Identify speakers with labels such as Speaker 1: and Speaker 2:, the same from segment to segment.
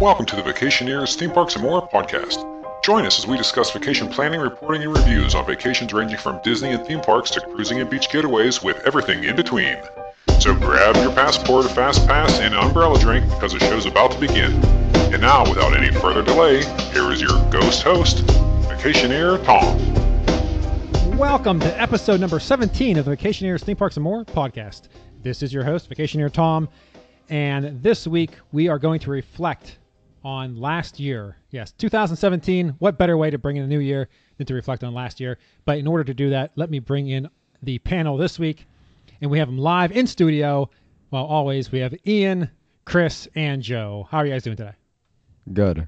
Speaker 1: Welcome to the Vacationers, Theme Parks, and More podcast. Join us as we discuss vacation planning, reporting, and reviews on vacations ranging from Disney and theme parks to cruising and beach getaways with everything in between. So grab your passport, a fast pass, and an umbrella drink because the show's about to begin. And now, without any further delay, here is your ghost host, Vacationeer Tom.
Speaker 2: Welcome to episode number 17 of the Vacationers, Theme Parks, and More podcast. This is your host, Vacationeer Tom, and this week we are going to reflect on last year. Yes, 2017. What better way to bring in a new year than to reflect on last year? But in order to do that, let me bring in the panel this week, and we have them live in studio. Well, always, we have Ian, Chris, and Joe. How are you guys doing today?
Speaker 3: Good.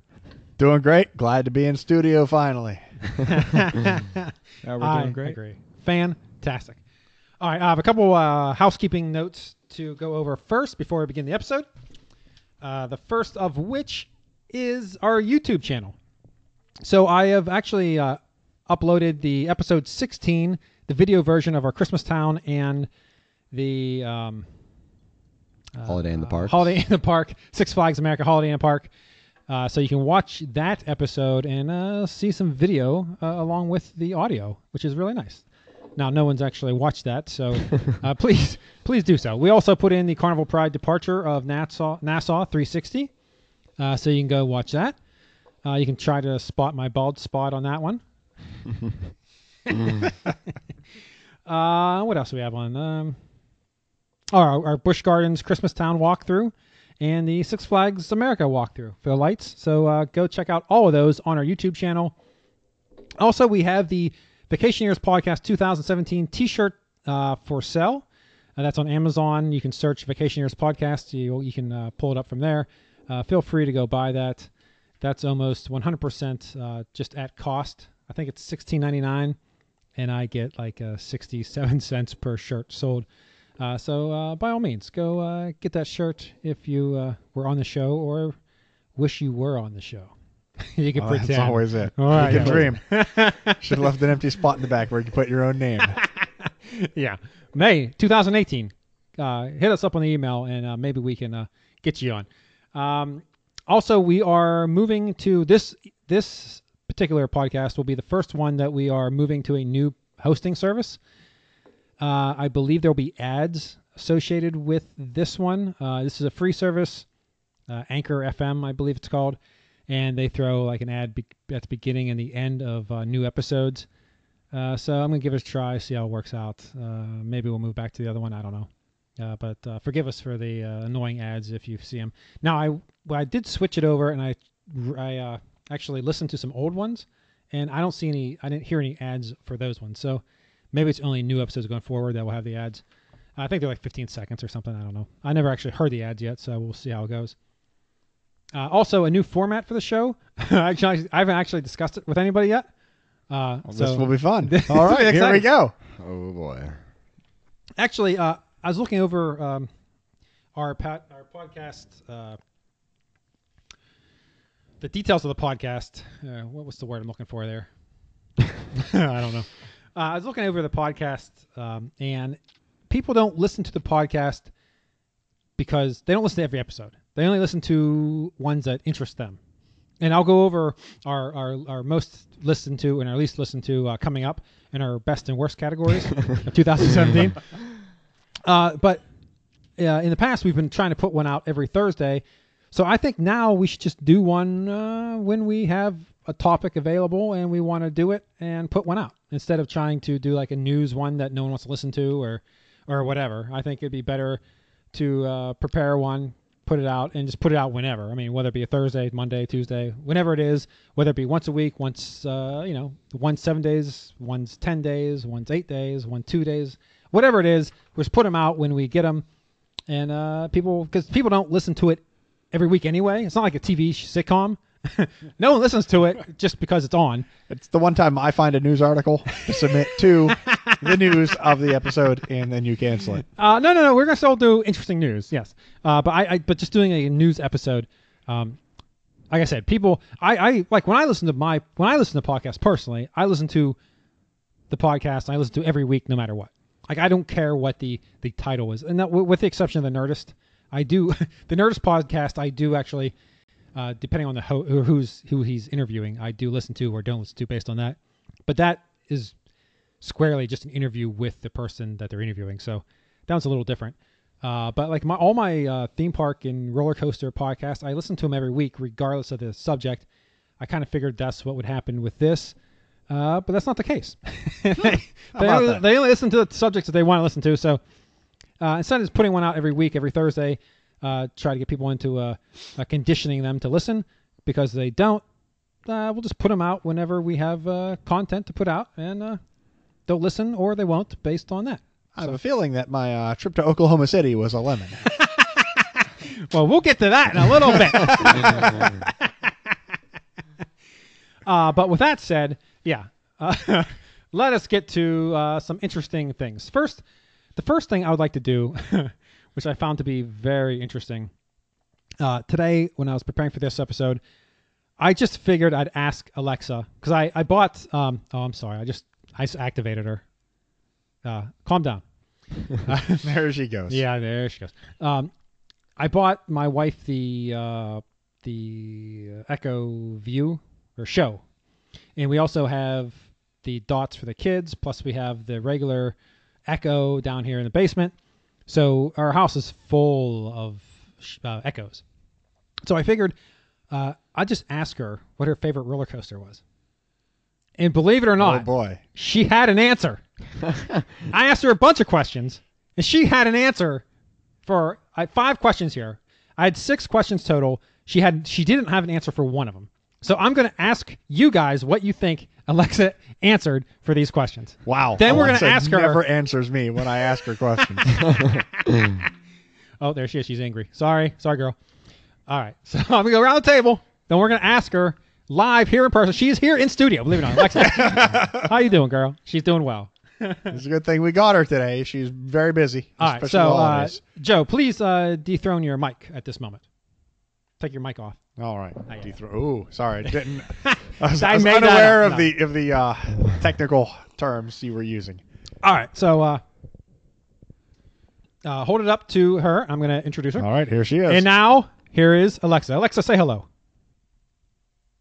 Speaker 4: Doing great. Glad to be in studio finally.
Speaker 3: Yeah,
Speaker 2: I agree. Fantastic. All right, I have a couple uh, housekeeping notes to go over first before we begin the episode. Uh, the first of which is our YouTube channel. So I have actually uh, uploaded the episode 16, the video version of our Christmas Town and the um,
Speaker 3: Holiday in the Park.
Speaker 2: Uh, Holiday in the Park, Six Flags America Holiday in the Park. Uh, so you can watch that episode and uh, see some video uh, along with the audio, which is really nice. Now, no one's actually watched that, so uh, please, please do so. We also put in the Carnival Pride departure of Nassau, Nassau 360, uh, so you can go watch that. Uh, you can try to spot my bald spot on that one.
Speaker 3: Mm.
Speaker 2: uh, what else do we have on? Um, oh, our, our Bush Gardens Christmas Town walkthrough and the Six Flags America walkthrough for the lights. So uh, go check out all of those on our YouTube channel. Also, we have the Vacationers Podcast 2017 T-shirt uh, for sale. Uh, that's on Amazon. You can search Vacationers Podcast. You you can uh, pull it up from there. Uh, feel free to go buy that. That's almost 100% uh, just at cost. I think it's 16.99, and I get like uh, 67 cents per shirt sold. Uh, so uh, by all means, go uh, get that shirt if you uh, were on the show or wish you were on the show. you can
Speaker 4: Oh,
Speaker 2: pretend.
Speaker 4: that's always it.
Speaker 2: All right,
Speaker 4: you can
Speaker 2: yeah.
Speaker 4: dream. Should have left an empty spot in the back where you can put your own name.
Speaker 2: yeah, May 2018. Uh, hit us up on the email, and uh, maybe we can uh, get you on. Um, also, we are moving to this this particular podcast will be the first one that we are moving to a new hosting service. Uh, I believe there will be ads associated with this one. Uh, this is a free service, uh, Anchor FM, I believe it's called, and they throw like an ad be- at the beginning and the end of uh, new episodes. Uh, so I'm gonna give it a try, see how it works out. Uh, maybe we'll move back to the other one. I don't know. Uh, but uh, forgive us for the uh, annoying ads if you see them. Now I well, I did switch it over and I I uh, actually listened to some old ones and I don't see any I didn't hear any ads for those ones. So maybe it's only new episodes going forward that will have the ads. I think they're like 15 seconds or something. I don't know. I never actually heard the ads yet, so we'll see how it goes. Uh, also, a new format for the show. actually, I haven't actually discussed it with anybody yet. Uh, so
Speaker 4: this will be fun. All right, here we
Speaker 2: Exciting.
Speaker 4: go.
Speaker 3: Oh boy.
Speaker 2: actually, uh, I was looking over um, our pat, our podcast, uh, the details of the podcast. Uh, what was the word I'm looking for there? I don't know. Uh, I was looking over the podcast, um, and people don't listen to the podcast because they don't listen to every episode. They only listen to ones that interest them. And I'll go over our, our, our most listened to and our least listened to uh, coming up in our best and worst categories of 2017. Uh, but uh, in the past, we've been trying to put one out every Thursday. So I think now we should just do one uh, when we have a topic available and we want to do it and put one out instead of trying to do like a news one that no one wants to listen to or or whatever. I think it'd be better to uh, prepare one, put it out, and just put it out whenever. I mean, whether it be a Thursday, Monday, Tuesday, whenever it is, whether it be once a week, once uh, you know, one's seven days, one's ten days, one's eight days, one two days, whatever it is, we just put them out when we get them, and uh, people because people don't listen to it every week anyway. It's not like a TV sh- sitcom. no one listens to it just because it's on.
Speaker 4: It's the one time I find a news article to submit to the news of the episode, and then you cancel it.
Speaker 2: Uh, no, no, no. We're gonna still do interesting news. Yes, uh, but I, I, but just doing a news episode. Um, like I said, people, I, I like when I listen to my when I listen to podcasts personally, I listen to the podcast. And I listen to every week, no matter what. Like I don't care what the the title is, and that, with the exception of the Nerdist, I do the Nerdist podcast. I do actually uh, depending on the ho- who- who's who he's interviewing, I do listen to or don't listen to based on that. But that is squarely just an interview with the person that they're interviewing. So that one's a little different. Uh, but like my all my uh, theme park and roller coaster podcasts, I listen to them every week, regardless of the subject. I kind of figured that's what would happen with this, uh, but that's not the case. they,
Speaker 4: Hmm. about
Speaker 2: only,
Speaker 4: that?
Speaker 2: they only listen to the subjects that they want to listen to. So uh, instead of just putting one out every week, every Thursday, uh, try to get people into uh, uh, conditioning them to listen because they don't. Uh, we'll just put them out whenever we have uh, content to put out, and uh, they'll listen or they won't based on that.
Speaker 4: I have a feeling that my uh, trip to Oklahoma City was a lemon.
Speaker 2: Well, we'll get to that in a little bit. uh, but with that said, yeah, uh, let us get to uh, some interesting things. First, the first thing I would like to do, which I found to be very interesting, uh, today when I was preparing for this episode, I just figured I'd ask Alexa because I I bought. Um, oh, I'm sorry. I just I s- activated her. Uh, calm down.
Speaker 4: there she goes.
Speaker 2: Yeah, there she goes. Um, I bought my wife the uh, the Echo View or Show, and we also have the dots for the kids. Plus, we have the regular Echo down here in the basement. So our house is full of sh- uh, Echoes. So I figured uh, I'd just ask her what her favorite roller coaster was. And believe it or
Speaker 4: Oh
Speaker 2: not,
Speaker 4: boy.
Speaker 2: she had an answer. I asked her a bunch of questions, and she had an answer for I, five questions here. I had six questions total. She had she didn't have an answer for one of them. So I'm going to ask you guys what you think Alexa answered for these questions.
Speaker 4: Wow.
Speaker 2: Then we're gonna
Speaker 4: Alexa
Speaker 2: ask her-
Speaker 4: Never answers me when I ask her questions.
Speaker 2: Oh, there she is. She's angry. Sorry, sorry, girl. All right, so I'm gonna go around the table. Then we're gonna ask her live here in person. She's here in studio. Believe it or not, Alexa. how you doing, girl? She's doing well.
Speaker 4: it's a good thing we got her today. She's very busy.
Speaker 2: All right,
Speaker 4: especially
Speaker 2: so uh,
Speaker 4: holidays.
Speaker 2: Joe, please uh, dethrone your mic at this moment. Take your mic off.
Speaker 4: All right.
Speaker 2: yeah.
Speaker 4: Dethr- Ooh, sorry. I Didn't. I was,
Speaker 2: I
Speaker 4: I was
Speaker 2: made that
Speaker 4: unaware
Speaker 2: up.
Speaker 4: of the of the uh, technical terms you were using.
Speaker 2: All right, so uh, uh, hold it up to her. I'm going to introduce her.
Speaker 4: All right, here she is.
Speaker 2: And now here is Alexa. Alexa, say hello.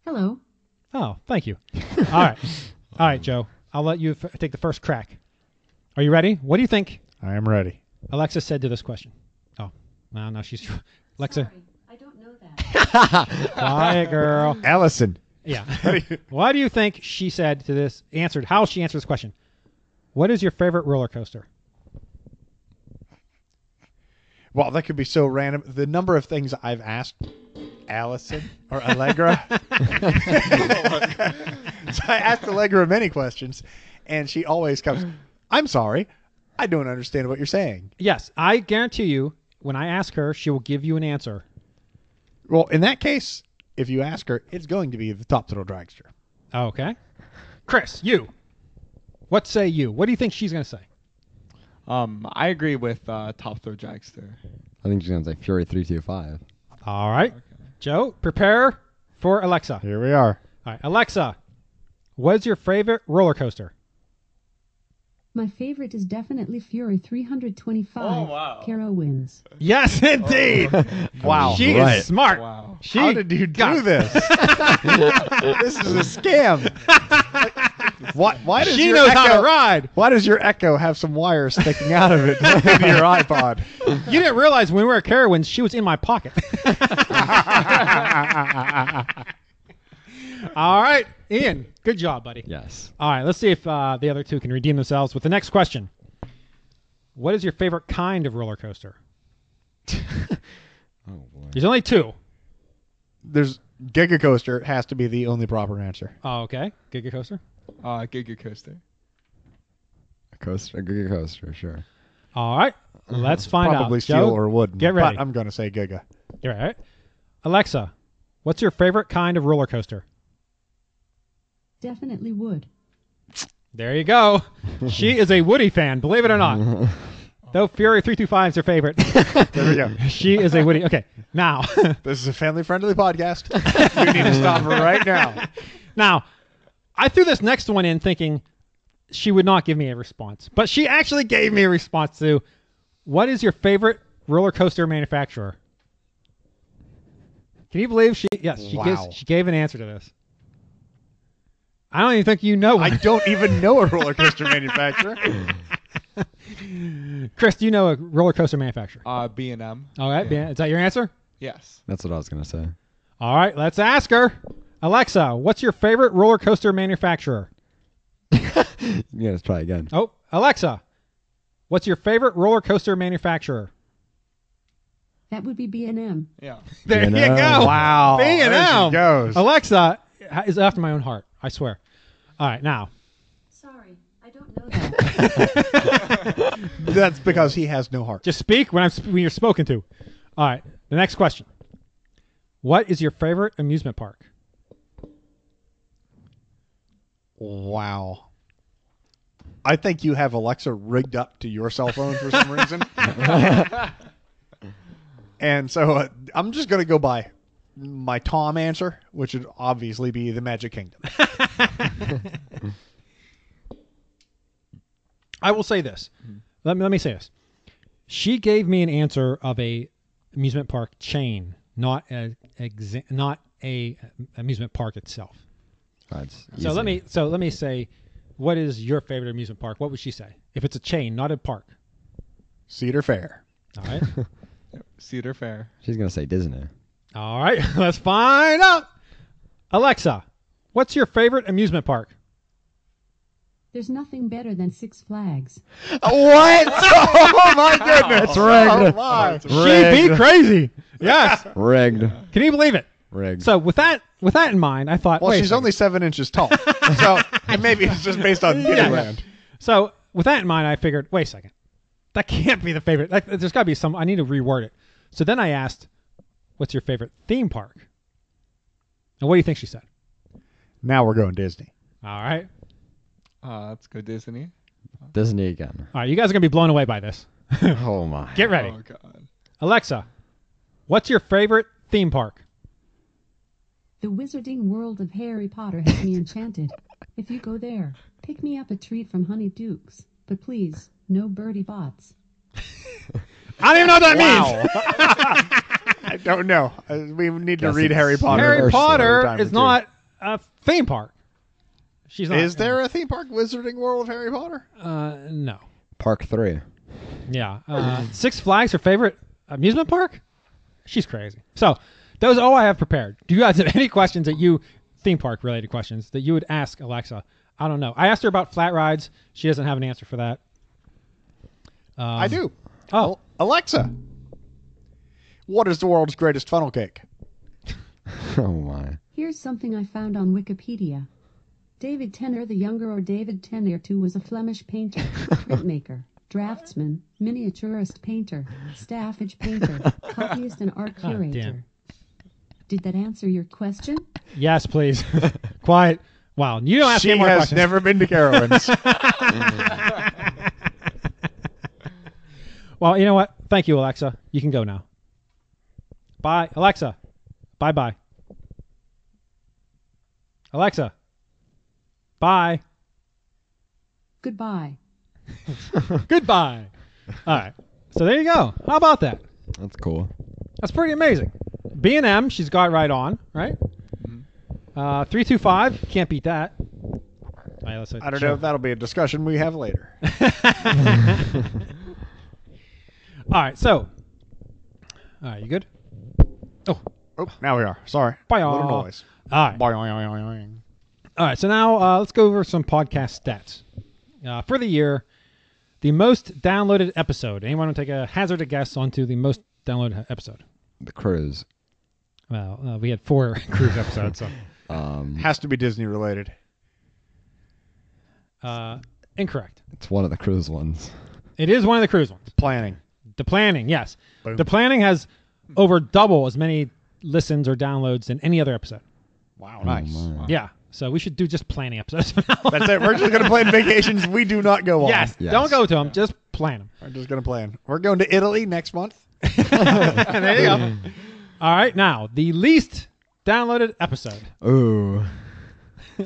Speaker 5: Hello.
Speaker 2: Oh, thank you. All right, all right, Joe. I'll let you f- take the first crack. Are you ready? What do you think
Speaker 4: I am ready.
Speaker 2: Alexa said to this question? Oh, no, no, she's Alexa.
Speaker 5: Sorry, I don't know that.
Speaker 2: Quiet girl.
Speaker 4: Allison.
Speaker 2: Yeah. Why do you think she said to this answered how she answered this question? What is your favorite roller coaster?
Speaker 4: Well, that could be so random. The number of things I've asked Allison or Allegra. so I asked Allegra many questions, and she always comes, I'm sorry. I don't understand what you're saying.
Speaker 2: Yes, I guarantee you when I ask her, she will give you an answer.
Speaker 4: Well, in that case, if you ask her, it's going to be the Top Turtle Dragster.
Speaker 2: Okay. Chris, you. What say you? What do you think she's going to say?
Speaker 6: Um, I agree with uh, Top Throw Dragster.
Speaker 3: I think she's gonna say Fury three two five.
Speaker 2: All right. Joe, prepare for Alexa.
Speaker 4: Here we are.
Speaker 2: All right. Alexa, what is your favorite roller coaster?
Speaker 5: My favorite is definitely Fury 325.
Speaker 6: Oh, wow.
Speaker 5: Caro wins.
Speaker 2: Yes, indeed.
Speaker 4: Wow.
Speaker 2: she is smart.
Speaker 6: Wow.
Speaker 2: She
Speaker 4: How did you
Speaker 2: got
Speaker 4: do this? this is a scam. Why, why does
Speaker 2: She
Speaker 4: your
Speaker 2: knows
Speaker 4: echo,
Speaker 2: how to ride.
Speaker 4: Why does your echo have some wires sticking out of it in your iPod?
Speaker 2: You didn't realize when we were at Carowinds, she was in my pocket. All right, Ian, good job, buddy.
Speaker 3: Yes.
Speaker 2: All right, let's see if uh, the other two can redeem themselves with the next question. What is your favorite kind of roller coaster?
Speaker 3: Oh boy.
Speaker 2: There's only two.
Speaker 4: There's Giga Coaster has to be the only proper answer.
Speaker 2: Oh, okay. Giga coaster.
Speaker 6: Uh, Giga Coaster.
Speaker 3: A coaster, a Giga coaster, sure.
Speaker 2: All right, let's find out.
Speaker 4: Mm-hmm. Probably steel
Speaker 2: Joe,
Speaker 4: or wooden.
Speaker 2: get ready.
Speaker 4: But I'm going to say Giga.
Speaker 2: You're right. Alexa, what's your favorite kind of roller coaster?
Speaker 5: Definitely would.
Speaker 2: There you go. she is a Woody fan, believe it or not. Though Fury 325 is her favorite.
Speaker 4: There we go.
Speaker 2: She is a Woody. Okay, now,
Speaker 4: this is a family-friendly podcast. you need to stop right now.
Speaker 2: now, I threw this next one in thinking she would not give me a response, but she actually gave me a response to what is your favorite roller coaster manufacturer? Can you believe she gave yes, she
Speaker 4: Wow.
Speaker 2: gives she gave an answer to this. I don't even think you know.
Speaker 4: I
Speaker 2: One.
Speaker 4: don't even know a roller coaster manufacturer.
Speaker 2: Chris, do you know a roller coaster manufacturer?
Speaker 6: Uh, B and M.
Speaker 2: All right, Ben, is that your answer?
Speaker 6: Yes.
Speaker 3: That's what I was gonna say.
Speaker 2: All right, let's ask her. Alexa, what's your favorite roller coaster manufacturer?
Speaker 3: You gotta try again.
Speaker 2: Oh, Alexa, what's your favorite roller coaster manufacturer?
Speaker 5: That would be B&M.
Speaker 6: Yeah.
Speaker 2: There you,
Speaker 3: B&M.
Speaker 2: go.
Speaker 4: Wow.
Speaker 2: B and
Speaker 4: There
Speaker 2: M
Speaker 4: she goes.
Speaker 2: Alexa is after my own heart. I swear. All right, now
Speaker 5: Sorry, I don't know that.
Speaker 4: That's because he has no heart.
Speaker 2: just speak when I'm sp- when you're spoken to. All right, the next question. What is your favorite amusement park?
Speaker 4: Wow. I think you have Alexa rigged up to your cell phone for some reason. and so uh, I'm just going to go by my Tom answer, which would obviously be the Magic Kingdom.
Speaker 2: I will say this. Hmm. Let me let me say this. She gave me an answer of a amusement park chain, not a exa- not a amusement park itself.
Speaker 3: That's
Speaker 2: So
Speaker 3: easy.
Speaker 2: let me so let me say, what is your favorite amusement park? What would she say if it's a chain, not a park?
Speaker 4: Cedar Fair.
Speaker 2: All right,
Speaker 6: Cedar Fair.
Speaker 3: She's gonna say Disney.
Speaker 2: all right. Let's find out. Alexa, what's your favorite amusement park?
Speaker 5: There's nothing better than Six Flags.
Speaker 4: What? Oh my goodness!
Speaker 3: It's rigged.
Speaker 4: my.
Speaker 2: She be crazy. Yes.
Speaker 3: Rigged.
Speaker 2: Can you believe it?
Speaker 3: Rigged.
Speaker 2: So with that with that in mind, I thought.
Speaker 4: Well,
Speaker 2: wait a
Speaker 4: she's
Speaker 2: second.
Speaker 4: only seven inches tall, so and maybe it's just based on Disneyland.
Speaker 2: So with that in mind, I figured, wait a second, that can't be the favorite. That, there's got to be some. I need to reword it. So then I asked, "What's your favorite theme park?" And what do you think she said?
Speaker 4: Now we're going Disney.
Speaker 2: All right,
Speaker 6: Uh, let's go Disney.
Speaker 3: Disney again.
Speaker 2: all right, you guys are gonna be blown away by this.
Speaker 3: Oh my.
Speaker 2: Get ready,
Speaker 6: Oh God.
Speaker 2: Alexa. What's your favorite theme park?
Speaker 5: The wizarding world of Harry Potter has me enchanted. If you go there, pick me up a treat from Honey Dukes. But please, no birdie bots.
Speaker 2: I don't even know what that means.
Speaker 4: I don't know. Uh, We need to
Speaker 3: Guess
Speaker 4: read
Speaker 3: it's
Speaker 4: Harry Potter.
Speaker 2: Harry
Speaker 3: Or
Speaker 4: another
Speaker 2: Potter
Speaker 4: time or
Speaker 2: is
Speaker 4: two.
Speaker 2: not a theme park. She's not.
Speaker 4: Is there a theme park, Wizarding World of Harry Potter?
Speaker 2: Uh, no.
Speaker 3: Park three.
Speaker 2: Yeah. Uh, Six Flags, her favorite amusement park? She's crazy. So, those are all I have prepared. Do you guys have any questions that you, theme park related questions, that you would ask Alexa? I don't know. I asked her about flat rides. She doesn't have an answer for that. Um,
Speaker 4: I do.
Speaker 2: Oh,
Speaker 4: Alexa, what is the world's greatest funnel cake?
Speaker 3: Oh my.
Speaker 5: Here's something I found on Wikipedia. David Tenner the Younger or David Tenner II was a Flemish painter, printmaker, draftsman, miniaturist painter, staffage painter, copyist, and art
Speaker 2: God damn.
Speaker 5: curator. Did that answer your question?
Speaker 2: yes, please. Quiet. Wow. You don't ask
Speaker 4: she
Speaker 2: any more
Speaker 4: has
Speaker 2: questions.
Speaker 4: never been to Carowinds.
Speaker 2: well, you know what? Thank you, Alexa. You can go now. Bye, Alexa. Bye bye. Alexa. Bye.
Speaker 5: Goodbye.
Speaker 2: Goodbye. All right. So there you go. How about that?
Speaker 3: That's cool.
Speaker 2: That's pretty amazing. B and M, she's got right on, right?
Speaker 4: Mm-hmm.
Speaker 2: Uh, three two five, can't beat that. All right, let's-
Speaker 4: I don't
Speaker 2: sure.
Speaker 4: know if that'll be a discussion we have later.
Speaker 2: All right, so. All right, you good? Oh,
Speaker 4: Oh, now we are. Sorry.
Speaker 2: Bye,
Speaker 4: Little
Speaker 2: all.
Speaker 4: noise.
Speaker 2: all right.
Speaker 4: Bye, bye, bye, bye, bye.
Speaker 2: All right, so now uh, let's go over some podcast stats. Uh, for the year, the most downloaded episode. Anyone want to take a hazard a guess onto the most downloaded episode?
Speaker 3: The cruise.
Speaker 2: Well, uh, we had four cruise episodes. So.
Speaker 3: Um,
Speaker 4: Has to be Disney related.
Speaker 2: Uh, incorrect.
Speaker 3: it's one of the cruise ones.
Speaker 2: It is one of the cruise ones.
Speaker 4: Planning.
Speaker 2: The planning, yes.
Speaker 4: Boom.
Speaker 2: The planning has over double as many listens or downloads than any other episode.
Speaker 4: Wow, nice.
Speaker 3: Oh my.
Speaker 2: Yeah, so we should do just planning episodes.
Speaker 4: That's it. We're just going to plan vacations we do not go on.
Speaker 2: yes,
Speaker 3: Yes.
Speaker 2: don't go to them. Just plan them.
Speaker 4: We're just going to plan. We're going to Italy next month.
Speaker 2: there you go. All right, now the least downloaded episode.
Speaker 3: Ooh.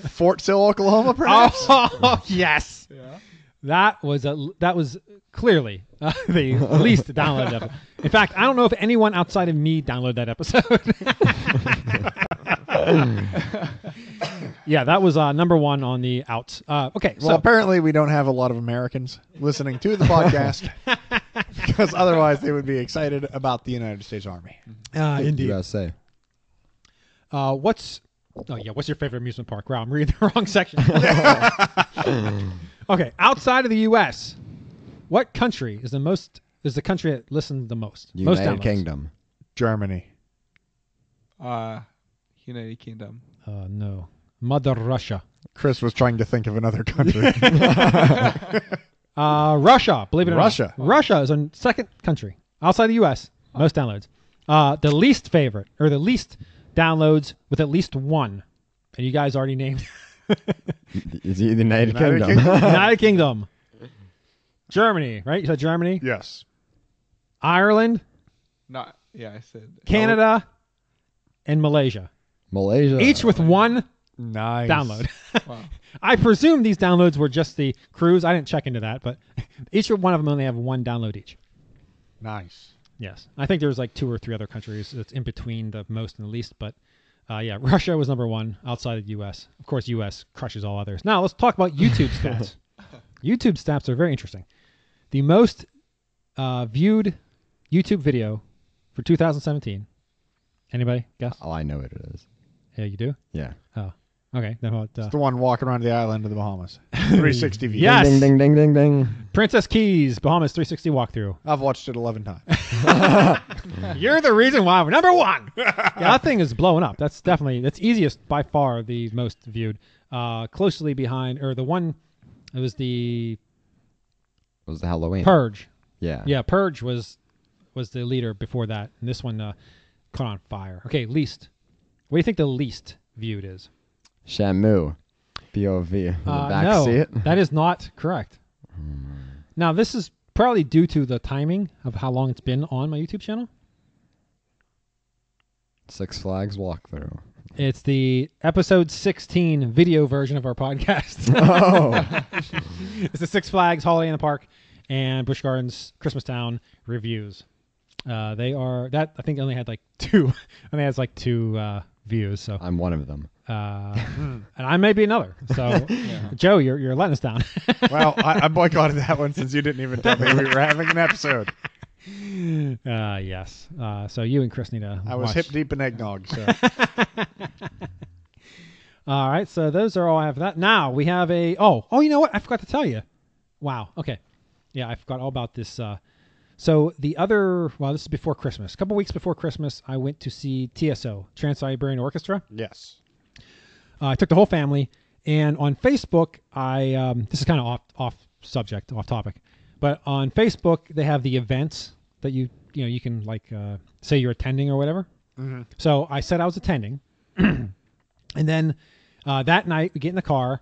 Speaker 4: Fort Sill, Oklahoma, perhaps?
Speaker 2: Oh yes,
Speaker 6: Yeah.
Speaker 2: that was a that was clearly uh, the least downloaded episode. In fact, I don't know if anyone outside of me downloaded that episode. yeah, that was uh, number one on the outs. Uh, okay,
Speaker 4: Well, apparently we don't have a lot of Americans listening to the podcast because otherwise they would be excited about the United States Army.
Speaker 2: so uh, indeed.
Speaker 3: USA.
Speaker 2: Uh, what's oh yeah, what's your favorite amusement park? Wow, I'm reading the wrong section. okay, outside of the U.S., what country is the most is the country that listened the most? most
Speaker 3: United
Speaker 2: downloads?
Speaker 3: Kingdom.
Speaker 4: Germany.
Speaker 6: Uh, United Kingdom.
Speaker 2: Uh, no, Mother Russia.
Speaker 4: Chris was trying to think of another country.
Speaker 2: Uh, Russia, believe it or
Speaker 4: Russia.
Speaker 2: not. Russia. Russia is a second country outside the U.S. Most downloads. Uh, the least favorite or the least downloads with at least one, and you guys already named
Speaker 3: Is it the United,
Speaker 4: United
Speaker 3: Kingdom?
Speaker 4: Kingdom.
Speaker 2: United Kingdom, Germany, right? You said Germany,
Speaker 4: yes.
Speaker 2: Ireland,
Speaker 6: Not. Yeah, I said.
Speaker 2: Canada, and Malaysia,
Speaker 3: Uh, Malaysia.
Speaker 2: each with one
Speaker 4: Nice.
Speaker 2: download.
Speaker 6: Wow.
Speaker 2: I presume these downloads were just the cruise. I didn't check into that, but each one of them only have one download each.
Speaker 4: Nice.
Speaker 2: Yes, I think there's like two or three other countries that's in between the most and the least, but uh, yeah, Russia was number one outside of the U.S. Of course, U.S. crushes all others. Now let's talk about YouTube stats. YouTube stats are very interesting. The most uh, viewed YouTube video for 2017. Anybody guess?
Speaker 3: Oh, I know what it is.
Speaker 2: Yeah, you do.
Speaker 3: Yeah.
Speaker 2: Oh, okay. Then what? Uh,
Speaker 4: It's the one walking around the island of the Bahamas. 360 view.
Speaker 2: Yes.
Speaker 3: Ding, ding, ding, ding, ding.
Speaker 2: Princess Keys, Bahamas 360 walkthrough.
Speaker 4: I've watched it 11 times.
Speaker 2: You're the reason why we're number one. yeah, that thing is blowing up. That's definitely that's easiest by far the most viewed. Uh, closely behind or the one it was the
Speaker 3: It was the Halloween.
Speaker 2: Purge.
Speaker 3: Yeah.
Speaker 2: Yeah, Purge was was the leader before that. And this one uh, caught on fire. Okay, least. What do you think the least viewed is?
Speaker 3: Shamu. POV. in the
Speaker 2: Uh,
Speaker 3: back
Speaker 2: no,
Speaker 3: seat. Hmm.
Speaker 2: that is not correct. Now this is probably due to the timing of how long it's been on my YouTube channel.
Speaker 3: Six Flags walkthrough.
Speaker 2: It's the episode 16 video version of our podcast.
Speaker 3: Oh.
Speaker 2: it's the Six Flags Holiday in the Park and Busch Gardens Christmas Town reviews. Uh, they are that I think only had like two. only has like two uh, views. So
Speaker 3: I'm one of them.
Speaker 2: uh, and I may be another. So Joe, you're you're letting us down.
Speaker 4: well, I, I boycotted that one since you didn't even tell me we were having an episode.
Speaker 2: uh, yes. Uh, so you and Chris need to.
Speaker 4: I was
Speaker 2: watch.
Speaker 4: hip deep in eggnog, so
Speaker 2: All right, so those are all I have for that. Now we have a oh oh you know what I forgot to tell you. Wow. Okay. Yeah, I forgot all about this. Uh, so the other well, this is before Christmas. A couple weeks before Christmas, I went to see TSO Trans Siberian Orchestra.
Speaker 4: yes.
Speaker 2: Uh, I took the whole family, and on Facebook, I um, this is kind of off off subject, off topic, but on Facebook they have the events that you you know you can like uh, say you're attending or whatever. So I said I was attending, and then uh, that night we get in the car,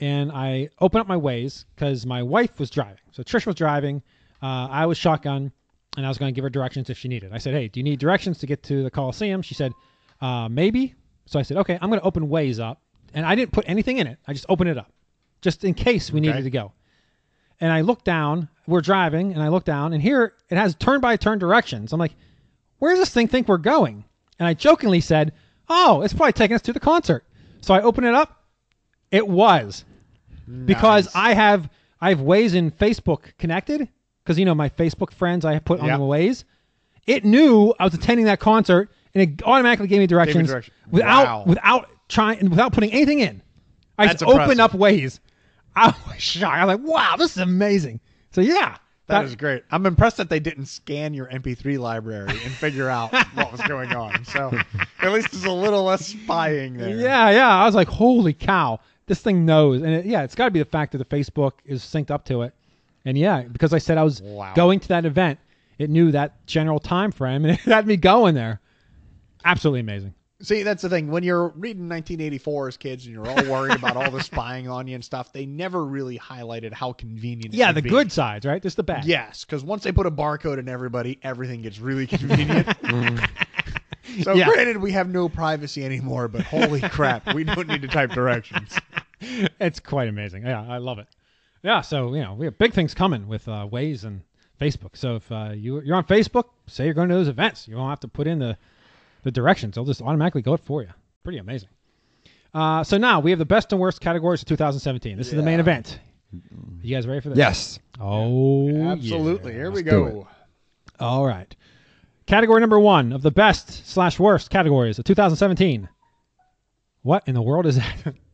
Speaker 2: and I open up my ways because my wife was driving. So Trish was driving, uh, I was shotgun, and I was going to give her directions if she needed. I said, "Hey, do you need directions to get to the Coliseum?" She said, uh, "Maybe." So I said, "Okay, I'm going to open ways up," and I didn't put anything in it. I just opened it up, just in case we needed to go. And I look down. We're driving, and I look down, and here it has turn by turn directions. I'm like, "Where does this thing think we're going?" And I jokingly said, "Oh, it's probably taking us to the concert." So I open it up. It was because I have I have Waze in Facebook connected because you know my Facebook friends I put on
Speaker 4: Yeah.
Speaker 2: the Waze. It knew I was attending that concert and it automatically gave me directions
Speaker 4: direction.
Speaker 2: without
Speaker 4: Wow.
Speaker 2: without trying without putting anything in. I
Speaker 4: That's
Speaker 2: just opened
Speaker 4: impressive.
Speaker 2: up Waze. I was shocked. I was like, "Wow, this is amazing." So yeah,
Speaker 4: that is great. I'm impressed that they didn't scan your MP3 library and figure out what was going on. So at least there's a little less spying there.
Speaker 2: Yeah, yeah. I was like, holy cow, this thing knows. And it, yeah, it's got to be the fact that the Facebook is synced up to it. And yeah, because I said I was
Speaker 4: Wow.
Speaker 2: going to that event, it knew that general time frame and it had me going there. Absolutely amazing.
Speaker 4: See, that's the thing. When you're reading 1984 as kids and you're all worried about all the spying on you and stuff, they never really highlighted how convenient. it
Speaker 2: Yeah,
Speaker 4: would
Speaker 2: the
Speaker 4: be.
Speaker 2: good sides, right? Just the bad.
Speaker 4: Yes, because once they put a barcode in everybody, everything gets really convenient. so
Speaker 2: Mm-hmm. Yeah.
Speaker 4: granted, we have no privacy anymore, but holy crap, we don't need to type directions.
Speaker 2: it's quite amazing. Yeah, I love it. Yeah, so you know we have big things coming with uh, Waze and Facebook. So if uh, you you're on Facebook, say you're going to those events, you don't have to put in the the directions; they'll just automatically go it for you. pretty amazing. Uh, so now we have the best and worst categories of 2017. This is the main event. You guys ready for this?
Speaker 3: Yes.
Speaker 2: Oh, yeah.
Speaker 4: Absolutely. Here we
Speaker 3: Let's do
Speaker 4: go.
Speaker 2: All right. Category number one of the best slash worst categories of 2017. What in the world is that?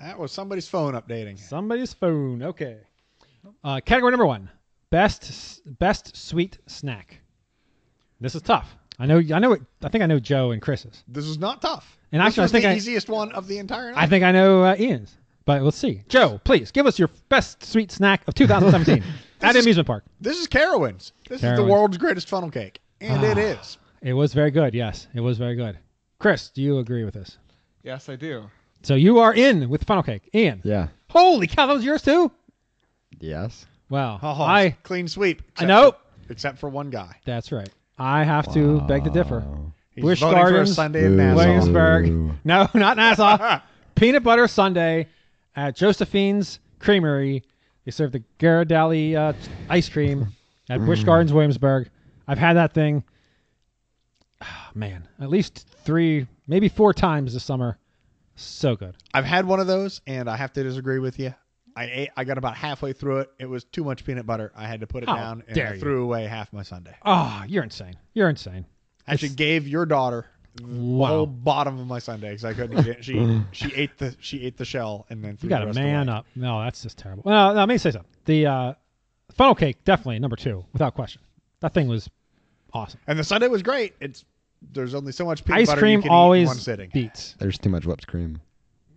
Speaker 4: That was somebody's phone updating.
Speaker 2: Somebody's phone. Okay. Uh, category number one: best best sweet snack. This is tough. I know. I know. It, I think I know Joe and Chris's,
Speaker 4: This was not tough.
Speaker 2: And
Speaker 4: This
Speaker 2: actually, I
Speaker 4: was
Speaker 2: think
Speaker 4: the
Speaker 2: I-
Speaker 4: easiest one of the entire night.
Speaker 2: I think I know uh, Ian's, but let's see. Joe, please give us your best sweet snack of 2017 at
Speaker 4: This is-
Speaker 2: amusement park.
Speaker 4: this is Carowinds. This is the
Speaker 2: Carowinds. Ah.
Speaker 4: world's greatest funnel cake, and it is.
Speaker 2: It was very good. Yes, it was very good. Chris, do you agree with this?
Speaker 6: Yes, I do.
Speaker 2: So you are in with funnel cake, Ian.
Speaker 3: Yeah.
Speaker 2: Holy cow, that was yours too.
Speaker 3: Yes.
Speaker 2: Wow.
Speaker 4: Oh,
Speaker 2: I
Speaker 4: clean sweep.
Speaker 2: I
Speaker 4: except
Speaker 2: know.
Speaker 4: for- except for one guy.
Speaker 2: That's right. I have to beg to differ.
Speaker 4: He's
Speaker 2: Busch
Speaker 4: voting for a
Speaker 2: Gardens,
Speaker 4: Sunday in
Speaker 3: Ooh.
Speaker 4: Nassau.
Speaker 3: Williamsburg.
Speaker 2: Williamsburg.
Speaker 3: Ooh.
Speaker 2: No, not Nassau. Peanut butter Sunday at Josephine's Creamery. They serve the Ghirardelli uh, ice cream at Busch Gardens, Williamsburg. I've had that thing, ah, man, at least three, maybe four times this summer. So good.
Speaker 4: I've had one of those, and I have to disagree with you. I ate. I got about halfway through it. It was too much peanut butter. I had to put it
Speaker 2: How
Speaker 4: down, and
Speaker 2: dare
Speaker 4: I
Speaker 2: you.
Speaker 4: threw away half my Sunday.
Speaker 2: Oh, you're insane. You're insane.
Speaker 4: I actually gave your daughter the
Speaker 2: Wow.
Speaker 4: whole bottom of my Sunday because I couldn't eat it. She she ate the she ate the shell and then threw
Speaker 2: You got to
Speaker 4: the rest
Speaker 2: man
Speaker 4: away.
Speaker 2: up. No, that's just terrible. Well, no, let me say something. The uh, funnel cake definitely number two, without question. That thing was awesome.
Speaker 4: And the Sunday was great. It's there's only so much peanut
Speaker 2: Ice
Speaker 4: butter you
Speaker 2: cream
Speaker 4: can eat in one
Speaker 2: always
Speaker 4: sitting.
Speaker 2: beats.
Speaker 3: There's too much whipped cream.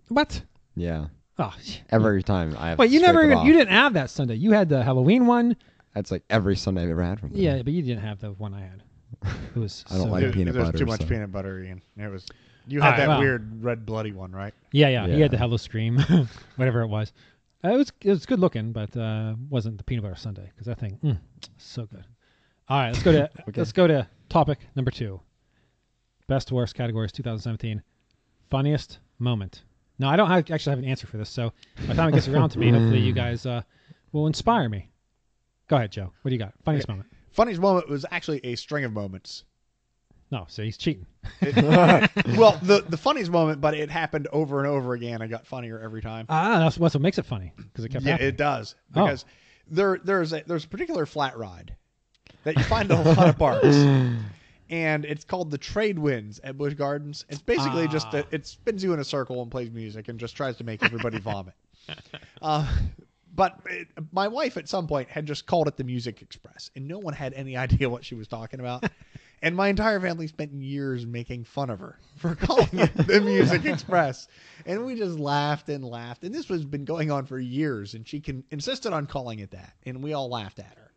Speaker 2: What?
Speaker 3: Yeah.
Speaker 2: Oh,
Speaker 3: Every time I have.
Speaker 2: wait.
Speaker 3: to
Speaker 2: You never.
Speaker 3: scrape it
Speaker 2: Even,
Speaker 3: off.
Speaker 2: you didn't have that Sunday. You had the Halloween one.
Speaker 3: That's like every Sunday I've ever had from. them.
Speaker 2: Yeah, but you didn't have the one I had. It was.
Speaker 3: I don't
Speaker 2: so
Speaker 3: like
Speaker 2: good.
Speaker 4: There-
Speaker 3: peanut
Speaker 4: there's
Speaker 3: butter,
Speaker 4: too much
Speaker 3: so-
Speaker 4: peanut butter, Ian. It was you
Speaker 2: All
Speaker 4: had
Speaker 2: right,
Speaker 4: that
Speaker 2: well.
Speaker 4: weird red bloody one, right?
Speaker 2: Yeah, yeah, He
Speaker 3: Yeah.
Speaker 2: had the Hello Scream, whatever it was. Uh, it was it was good looking, but uh, wasn't the peanut butter Sunday because that thing mm, so good. All right, let's go to let's go to topic number two. Best worst categories 2017. Funniest moment. Now I don't have, actually have an answer for this, so by the time it gets around to me, hopefully you guys uh, will inspire me. Go ahead, Joe. What do you got? Funniest moment.
Speaker 4: Funniest moment was actually a string of moments.
Speaker 2: No, so he's cheating.
Speaker 4: well, the the funniest moment, but it happened over and over again. I got funnier every time.
Speaker 2: Ah, that's what's what makes it funny because it kept
Speaker 4: yeah,
Speaker 2: happening.
Speaker 4: it does
Speaker 2: Oh.
Speaker 4: because there there's a there's a particular flat ride that you find in a lot of parks, and it's called the Trade Winds at Busch Gardens. It's basically just a, it spins you in a circle and plays music and just tries to make everybody vomit. Uh, but it, my wife at some point had just called it the Music Express, and no one had any idea what she was talking about. And my entire family spent years making fun of her for calling it the Music Express. And we just laughed and laughed. And this was been going on for years, and she can, insisted on calling it that. And we all laughed at her.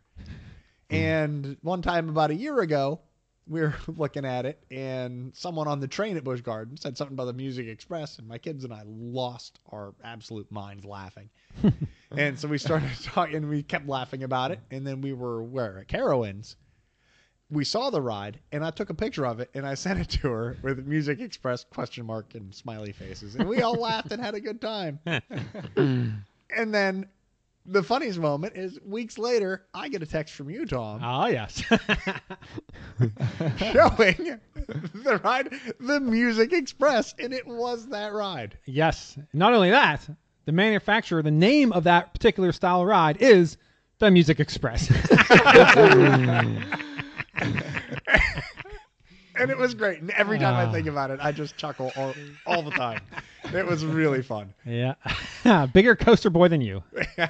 Speaker 4: And one time about a year ago, we were looking at it, and someone on the train at Busch Garden said something about the Music Express, and my kids and I lost our absolute minds laughing. and so we started talking, and we kept laughing about it. And then we were where at Carowinds. We saw the ride, and I took a picture of it, and I sent it to her with Music Express question mark and smiley faces, and we all laughed and had a good time. and then. The funniest moment is weeks later, I get a text from you, Tom,
Speaker 2: Ah, yes.
Speaker 4: showing the ride, the Music Express, and it was that ride.
Speaker 2: Yes. Not only that, the manufacturer, the name of that particular style ride is the Music Express.
Speaker 4: And it was great. And every time I think
Speaker 2: Ah.
Speaker 4: about it, I just chuckle all, all the time. It was really fun.
Speaker 2: yeah. Bigger coaster boy than you.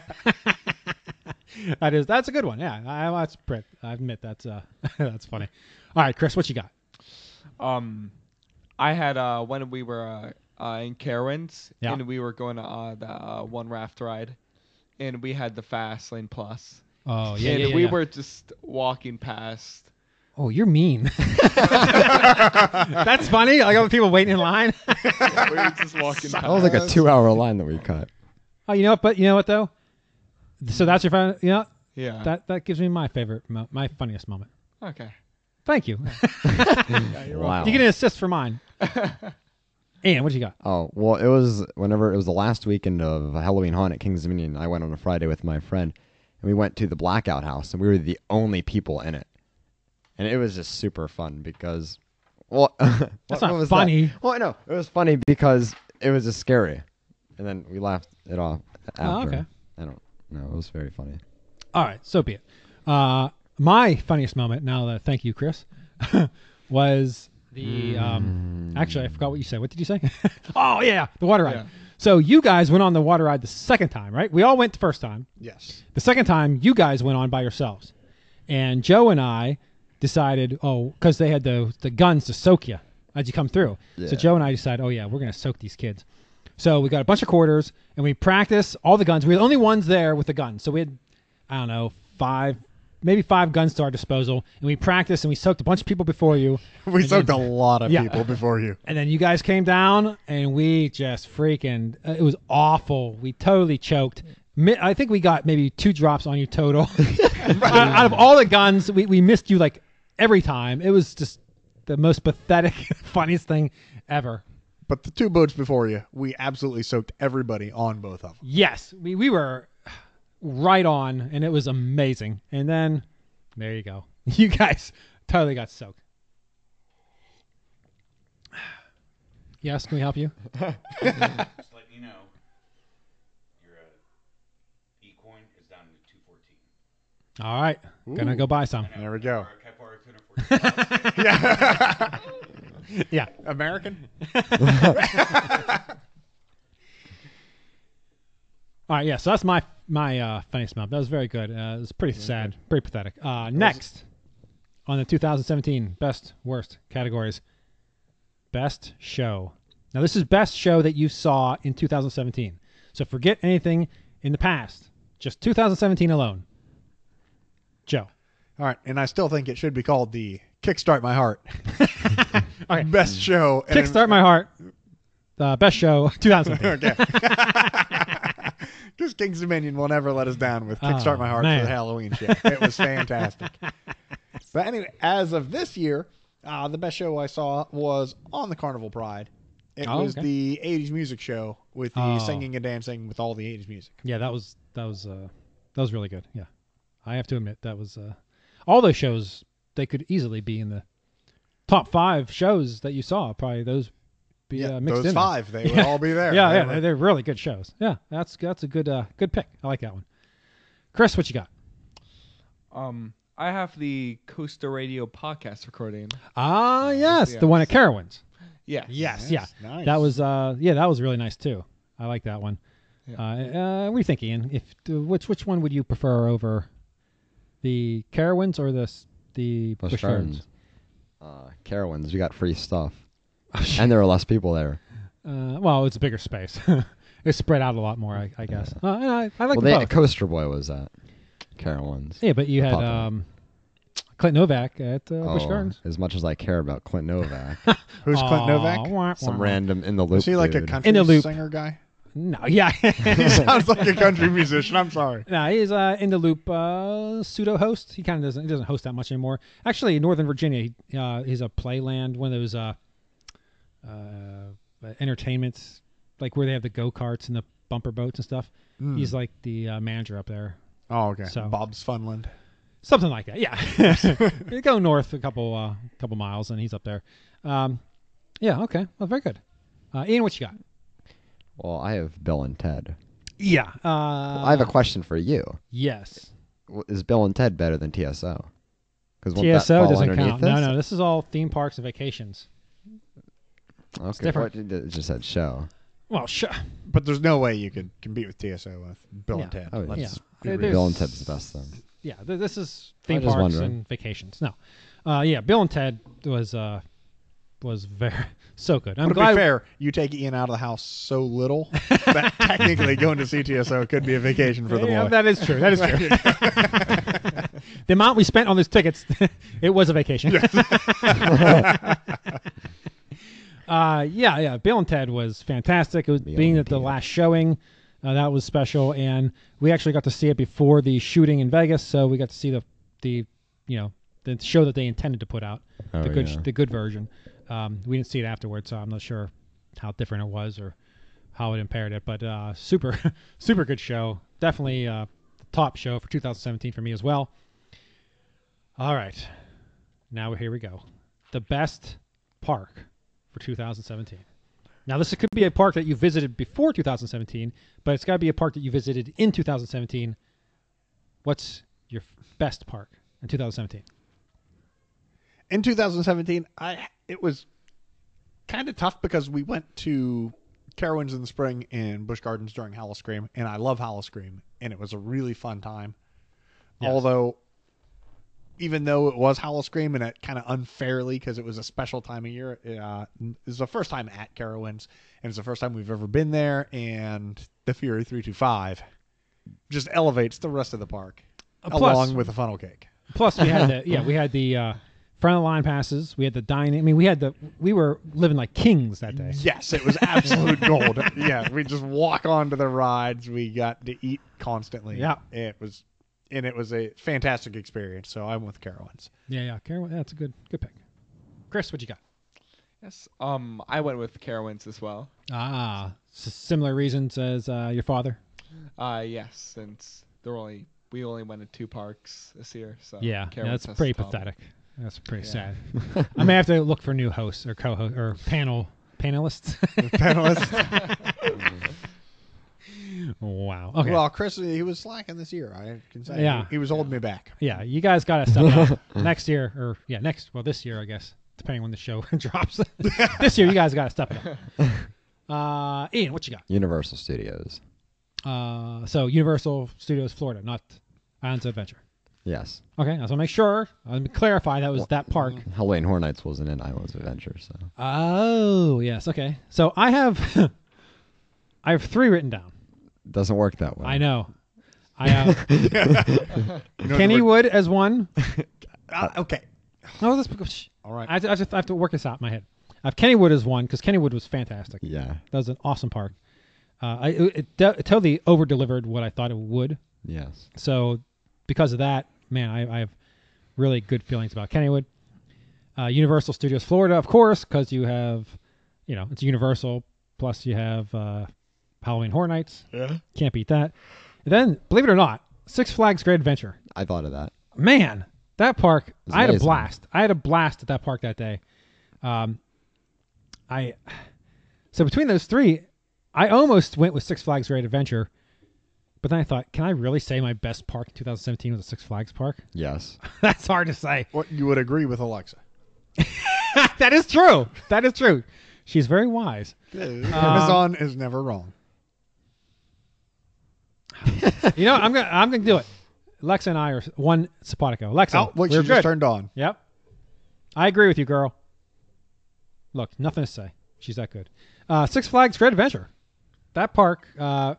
Speaker 2: that is that's a good one. Yeah. I that's pretty, I admit that's uh that's funny. All right, Chris, what you got?
Speaker 6: Um, I had uh when we were uh, uh in Carowinds
Speaker 2: Yeah.
Speaker 6: and we were going to uh, the uh, one raft ride, and we had the fast lane plus.
Speaker 2: Oh,
Speaker 6: and we were just walking past.
Speaker 2: Oh, you're mean. that's funny. Like other people waiting in line.
Speaker 6: We were just walking
Speaker 3: That was
Speaker 6: past.
Speaker 3: like
Speaker 2: Uh,
Speaker 3: a two-hour line that we cut.
Speaker 2: oh, you know what? But you know what though? So that's your fun. You know
Speaker 6: Yeah.
Speaker 2: that that gives me my favorite, mo- my funniest moment.
Speaker 6: okay.
Speaker 2: Thank you.
Speaker 3: wow.
Speaker 2: Uh, You get an assist for mine. Ian, what you got?
Speaker 3: Oh well, it was whenever it was the last weekend of Halloween Haunt at Kings Dominion. I went on a Friday with my friend, and we went to the blackout house, and we were the only people in it, and it was just super fun because Well, that's
Speaker 2: not funny.
Speaker 3: Well, no, it was funny because it was just scary, and then we laughed it off after.
Speaker 2: Oh, okay.
Speaker 3: I don't know. It was very funny.
Speaker 2: All right, so be it. Uh, my funniest moment, now that thank you, Chris, was the. Um, actually, I forgot what you said. What did you say? oh, yeah, the water ride.
Speaker 6: Yeah.
Speaker 2: So you guys went on the water ride the second time, right? We all went the first time.
Speaker 4: Yes.
Speaker 2: The second time, you guys went on by yourselves, and Joe and I decided, oh, because they had the the guns to soak you as you come through. So
Speaker 3: Yeah.
Speaker 2: Joe and I decided, oh yeah, we're gonna soak these kids. So we got a bunch of quarters and we practice all the guns. We were the only ones there with the guns, so we had, I don't know, five, maybe five guns to our disposal, and we practiced and we soaked a bunch of people before you.
Speaker 4: We
Speaker 2: And
Speaker 4: soaked
Speaker 2: then-
Speaker 4: a lot of
Speaker 2: Yeah.
Speaker 4: people before you.
Speaker 2: and then you guys came down, and we just freaking, uh, it was awful. We totally choked. Mi- I think we got maybe two drops on you total. out, out of all the guns, we, we missed you like every time. It was just the most pathetic, funniest thing ever.
Speaker 4: But the two boats before you, we absolutely soaked everybody on both of them.
Speaker 2: Yes, we, we were right on, and it was amazing. And then there you go. You guys totally got soaked. Yes, can we help you?
Speaker 7: Just letting you know, your uh, E coin is down to 214.
Speaker 2: All right, gonna go buy some.
Speaker 4: There we go.
Speaker 7: Or Capara 214.
Speaker 4: Yeah.
Speaker 2: Yeah.
Speaker 4: American?
Speaker 2: All right, yeah. So that's my my uh, funniest moment. That was very good. Uh, it was pretty sad, pretty pathetic. Uh, next on the 2017 best worst categories, best show. Now this is best show that you saw in 2017. So forget anything in the past, just 2017 alone. Joe.
Speaker 4: All right. And I still think it should be called the Kickstart My Heart.
Speaker 2: Okay.
Speaker 4: Best show. and-
Speaker 2: Kickstart my heart. Uh, best show 2017.
Speaker 4: Okay. Because King's Dominion will never let us down with Kickstart
Speaker 2: Oh,
Speaker 4: My Heart
Speaker 2: man.
Speaker 4: for the Halloween show. It was fantastic. but anyway, as of this year, uh, the best show I saw was on the Carnival Pride. It
Speaker 2: Oh,
Speaker 4: was
Speaker 2: okay.
Speaker 4: the 80s music show with the
Speaker 2: Oh.
Speaker 4: singing and dancing with all the 80s music.
Speaker 2: Yeah, that was that was uh, that was really good. Yeah, I have to admit that was uh, all those shows. They could easily be in the top five shows that you saw. Probably those be
Speaker 4: Yeah,
Speaker 2: uh, mixed
Speaker 4: those
Speaker 2: in. there.
Speaker 4: five, they would all be there.
Speaker 2: Yeah,
Speaker 4: They
Speaker 2: yeah,
Speaker 4: were-
Speaker 2: they're, they're really good shows. Yeah, that's that's a good uh, good pick. I like that one. Chris, what you got?
Speaker 6: Um, I have the Costa Radio podcast recording.
Speaker 2: Ah, yes, the one at Carowinds.
Speaker 6: Yeah.
Speaker 2: Yes,
Speaker 4: Yes,
Speaker 2: yeah,
Speaker 4: nice.
Speaker 2: that was uh, yeah, that was really nice too. I like that one. Uh, uh, what do you think, Ian? If which which one would you prefer over the Carowinds or the s- the
Speaker 3: Bush
Speaker 2: Busch
Speaker 3: Gardens. Uh, Carowinds, you got free stuff,
Speaker 2: Oh,
Speaker 3: and there were less people there.
Speaker 2: Uh, well, it's a bigger space. it's spread out a lot more, I, I guess. Uh, and I, I like
Speaker 3: well,
Speaker 2: them
Speaker 3: they
Speaker 2: both.
Speaker 3: Coaster Boy was at Carowinds.
Speaker 2: yeah, but you had
Speaker 3: Papa.
Speaker 2: um, Clint Novak at uh, Bush
Speaker 3: Oh,
Speaker 2: Gardens.
Speaker 3: as much as I care about Clint Novak,
Speaker 4: Who's Clint
Speaker 2: Aw,
Speaker 4: Novak?
Speaker 2: wah,
Speaker 3: some
Speaker 2: wah.
Speaker 3: random in the loop.
Speaker 4: Is he like a
Speaker 3: dude.
Speaker 4: country
Speaker 2: In the loop.
Speaker 4: singer guy?
Speaker 2: No, yeah,
Speaker 4: he sounds like a country musician. I'm sorry.
Speaker 2: no, he's uh, in the loop uh, pseudo host. He kind of doesn't he doesn't host that much anymore. Actually, in Northern Virginia, he, uh, he's a playland, one of those uh, uh, entertainments like where they have the go karts and the bumper boats and stuff.
Speaker 4: Hmm.
Speaker 2: He's like the uh, manager up there.
Speaker 4: Oh, okay.
Speaker 2: So-
Speaker 4: Bob's Funland.
Speaker 2: something like that. Yeah, go north a couple uh, couple miles, and he's up there. Um, yeah, okay, well, very good. Uh, Ian, what you got?
Speaker 3: Well, I have Bill and Ted.
Speaker 2: Yeah, uh,
Speaker 3: I have a question for you.
Speaker 2: yes.
Speaker 3: W- Is Bill and Ted better than TSO? Because
Speaker 2: TSO doesn't count.
Speaker 3: This?
Speaker 2: No, no, this is all theme parks and vacations.
Speaker 3: Okay,
Speaker 2: different.
Speaker 3: what did it it just said show.
Speaker 2: Well, sure.
Speaker 4: But there's no way you could compete with TSO with Bill and
Speaker 2: Yeah.
Speaker 4: Ted.
Speaker 3: Oh, yeah.
Speaker 4: Let's
Speaker 2: Yeah.
Speaker 4: be
Speaker 2: They-
Speaker 4: real.
Speaker 2: There's-
Speaker 3: Bill and Ted's the best then.
Speaker 2: Yeah, th- this is theme
Speaker 3: I was
Speaker 2: parks
Speaker 3: wondering.
Speaker 2: and vacations. No, uh, yeah, Bill and Ted was uh, was very so good. I'm
Speaker 4: But to
Speaker 2: glad.
Speaker 4: be fair, you take Ian out of the house so little that technically going to CTSO could be a vacation for the
Speaker 2: Yeah,
Speaker 4: boy.
Speaker 2: that is true. That is true. the amount we spent on those tickets, it was a vacation. uh, yeah, yeah. Bill and Ted was fantastic. It was
Speaker 3: The
Speaker 2: being at the
Speaker 3: Olympiad.
Speaker 2: last showing. Uh, that was special, and we actually got to see it before the shooting in Vegas, so we got to see the the you know the show that they intended to put out,
Speaker 3: Oh,
Speaker 2: the good
Speaker 3: yeah.
Speaker 2: the good version. Um, we didn't see it afterwards, so I'm not sure how different it was or how it impaired it, but uh, super super good show. Definitely uh, the top show for 2017 for me as well. All right, now here we go. The best park for 2017. Now, this could be a park that you visited before 2017, but it's got to be a park that you visited in 2017. What's your best park in 2017?
Speaker 4: in 2017 i it was kind of tough because we went to carowinds in the spring and bush gardens during howl scream and i love howl scream and it was a really fun time
Speaker 2: Yes.
Speaker 4: although even though it was howl scream and it kind of unfairly because it was a special time of year uh, it was the first time at carowinds and it's the first time we've ever been there and the fury 325 just elevates the rest of the park
Speaker 2: Uh, plus-
Speaker 4: along with the funnel cake
Speaker 2: Plus, we had the yeah, we had the uh, front of the line passes. We had the dining. I mean, we had the we were living like kings that day.
Speaker 4: Yes, it was absolute gold. Yeah, we just walk onto the rides. We got to eat constantly.
Speaker 2: Yeah.
Speaker 4: it was, and it was a fantastic experience. So I'm with Carowinds.
Speaker 2: Yeah, yeah. Carol, that's a good good pick. Chris, what you got?
Speaker 6: Yes. Um, I went with Carowinds as well.
Speaker 2: Ah, s- similar reasons as uh, your father.
Speaker 6: Uh, yes, since there were only we only went to two parks this year, so
Speaker 2: Uh, Yeah, yeah,
Speaker 6: Carowinds
Speaker 2: that's
Speaker 6: has
Speaker 2: pretty
Speaker 6: to top it.
Speaker 2: pathetic. That's pretty
Speaker 6: Yeah.
Speaker 2: sad. I may have to look for new hosts or co-host or panel panelists.
Speaker 4: Panelists.
Speaker 2: wow. Okay.
Speaker 4: Well, Chris, he was slacking this year. I can say.
Speaker 2: Yeah.
Speaker 4: he was holding me back.
Speaker 2: yeah, you guys got to step it up next year, or yeah, next. Well, this year, I guess, depending when the show drops. this year, you guys got to step it up. Uh, Ian, what you got?
Speaker 3: Universal Studios.
Speaker 2: Uh, so Universal Studios Florida, not Islands of Adventure.
Speaker 3: Yes.
Speaker 2: Okay, I just want to make sure. Let me clarify that was that park.
Speaker 3: Halloween Horror Nights wasn't in Islands of Adventure, so
Speaker 2: Oh yes, okay. So I have, I have three written down.
Speaker 3: doesn't work that way.
Speaker 2: I know. I have
Speaker 4: You know,
Speaker 2: Kenny
Speaker 4: there
Speaker 2: Wood as one.
Speaker 4: were- Ah, okay.
Speaker 2: No, this.
Speaker 4: All right.
Speaker 2: I have, to, I, have to, I have to work this out in my head. I have Kenny Wood as one because Kenny Wood was fantastic.
Speaker 3: Yeah.
Speaker 2: That was an awesome park. Uh, I, it, it, de- it totally over delivered what I thought it would.
Speaker 3: Yes.
Speaker 2: So because of that, man, I, I have really good feelings about Kennywood. Uh, Universal Studios Florida, of course, because you have, you know, it's Universal. Plus, you have uh, Halloween Horror Nights. Yeah, can't beat that. And then, believe it or not, Six Flags Great Adventure.
Speaker 3: I thought of that.
Speaker 2: Man, that park!
Speaker 3: was
Speaker 2: I had a
Speaker 3: amazing.
Speaker 2: blast. I had a blast at that park that day. Um, I so between those three, I almost went with Six Flags Great Adventure, but then I thought, can I really say my best park in 2017 was a Six Flags park?
Speaker 3: Yes.
Speaker 2: That's hard to say.
Speaker 4: What you would agree with Alexa?
Speaker 2: that is true. That is true. She's very wise.
Speaker 4: Amazon is never wrong.
Speaker 2: You know, I'm gonna I'm gonna do it. Lexa and I are one Sapotico. Lexa,
Speaker 4: Oh,
Speaker 2: we're
Speaker 4: look, she
Speaker 2: good.
Speaker 4: just turned on.
Speaker 2: Yep. I agree with you, girl. Look, nothing to say. She's that good. Uh, Six Flags Great Adventure. That park, uh,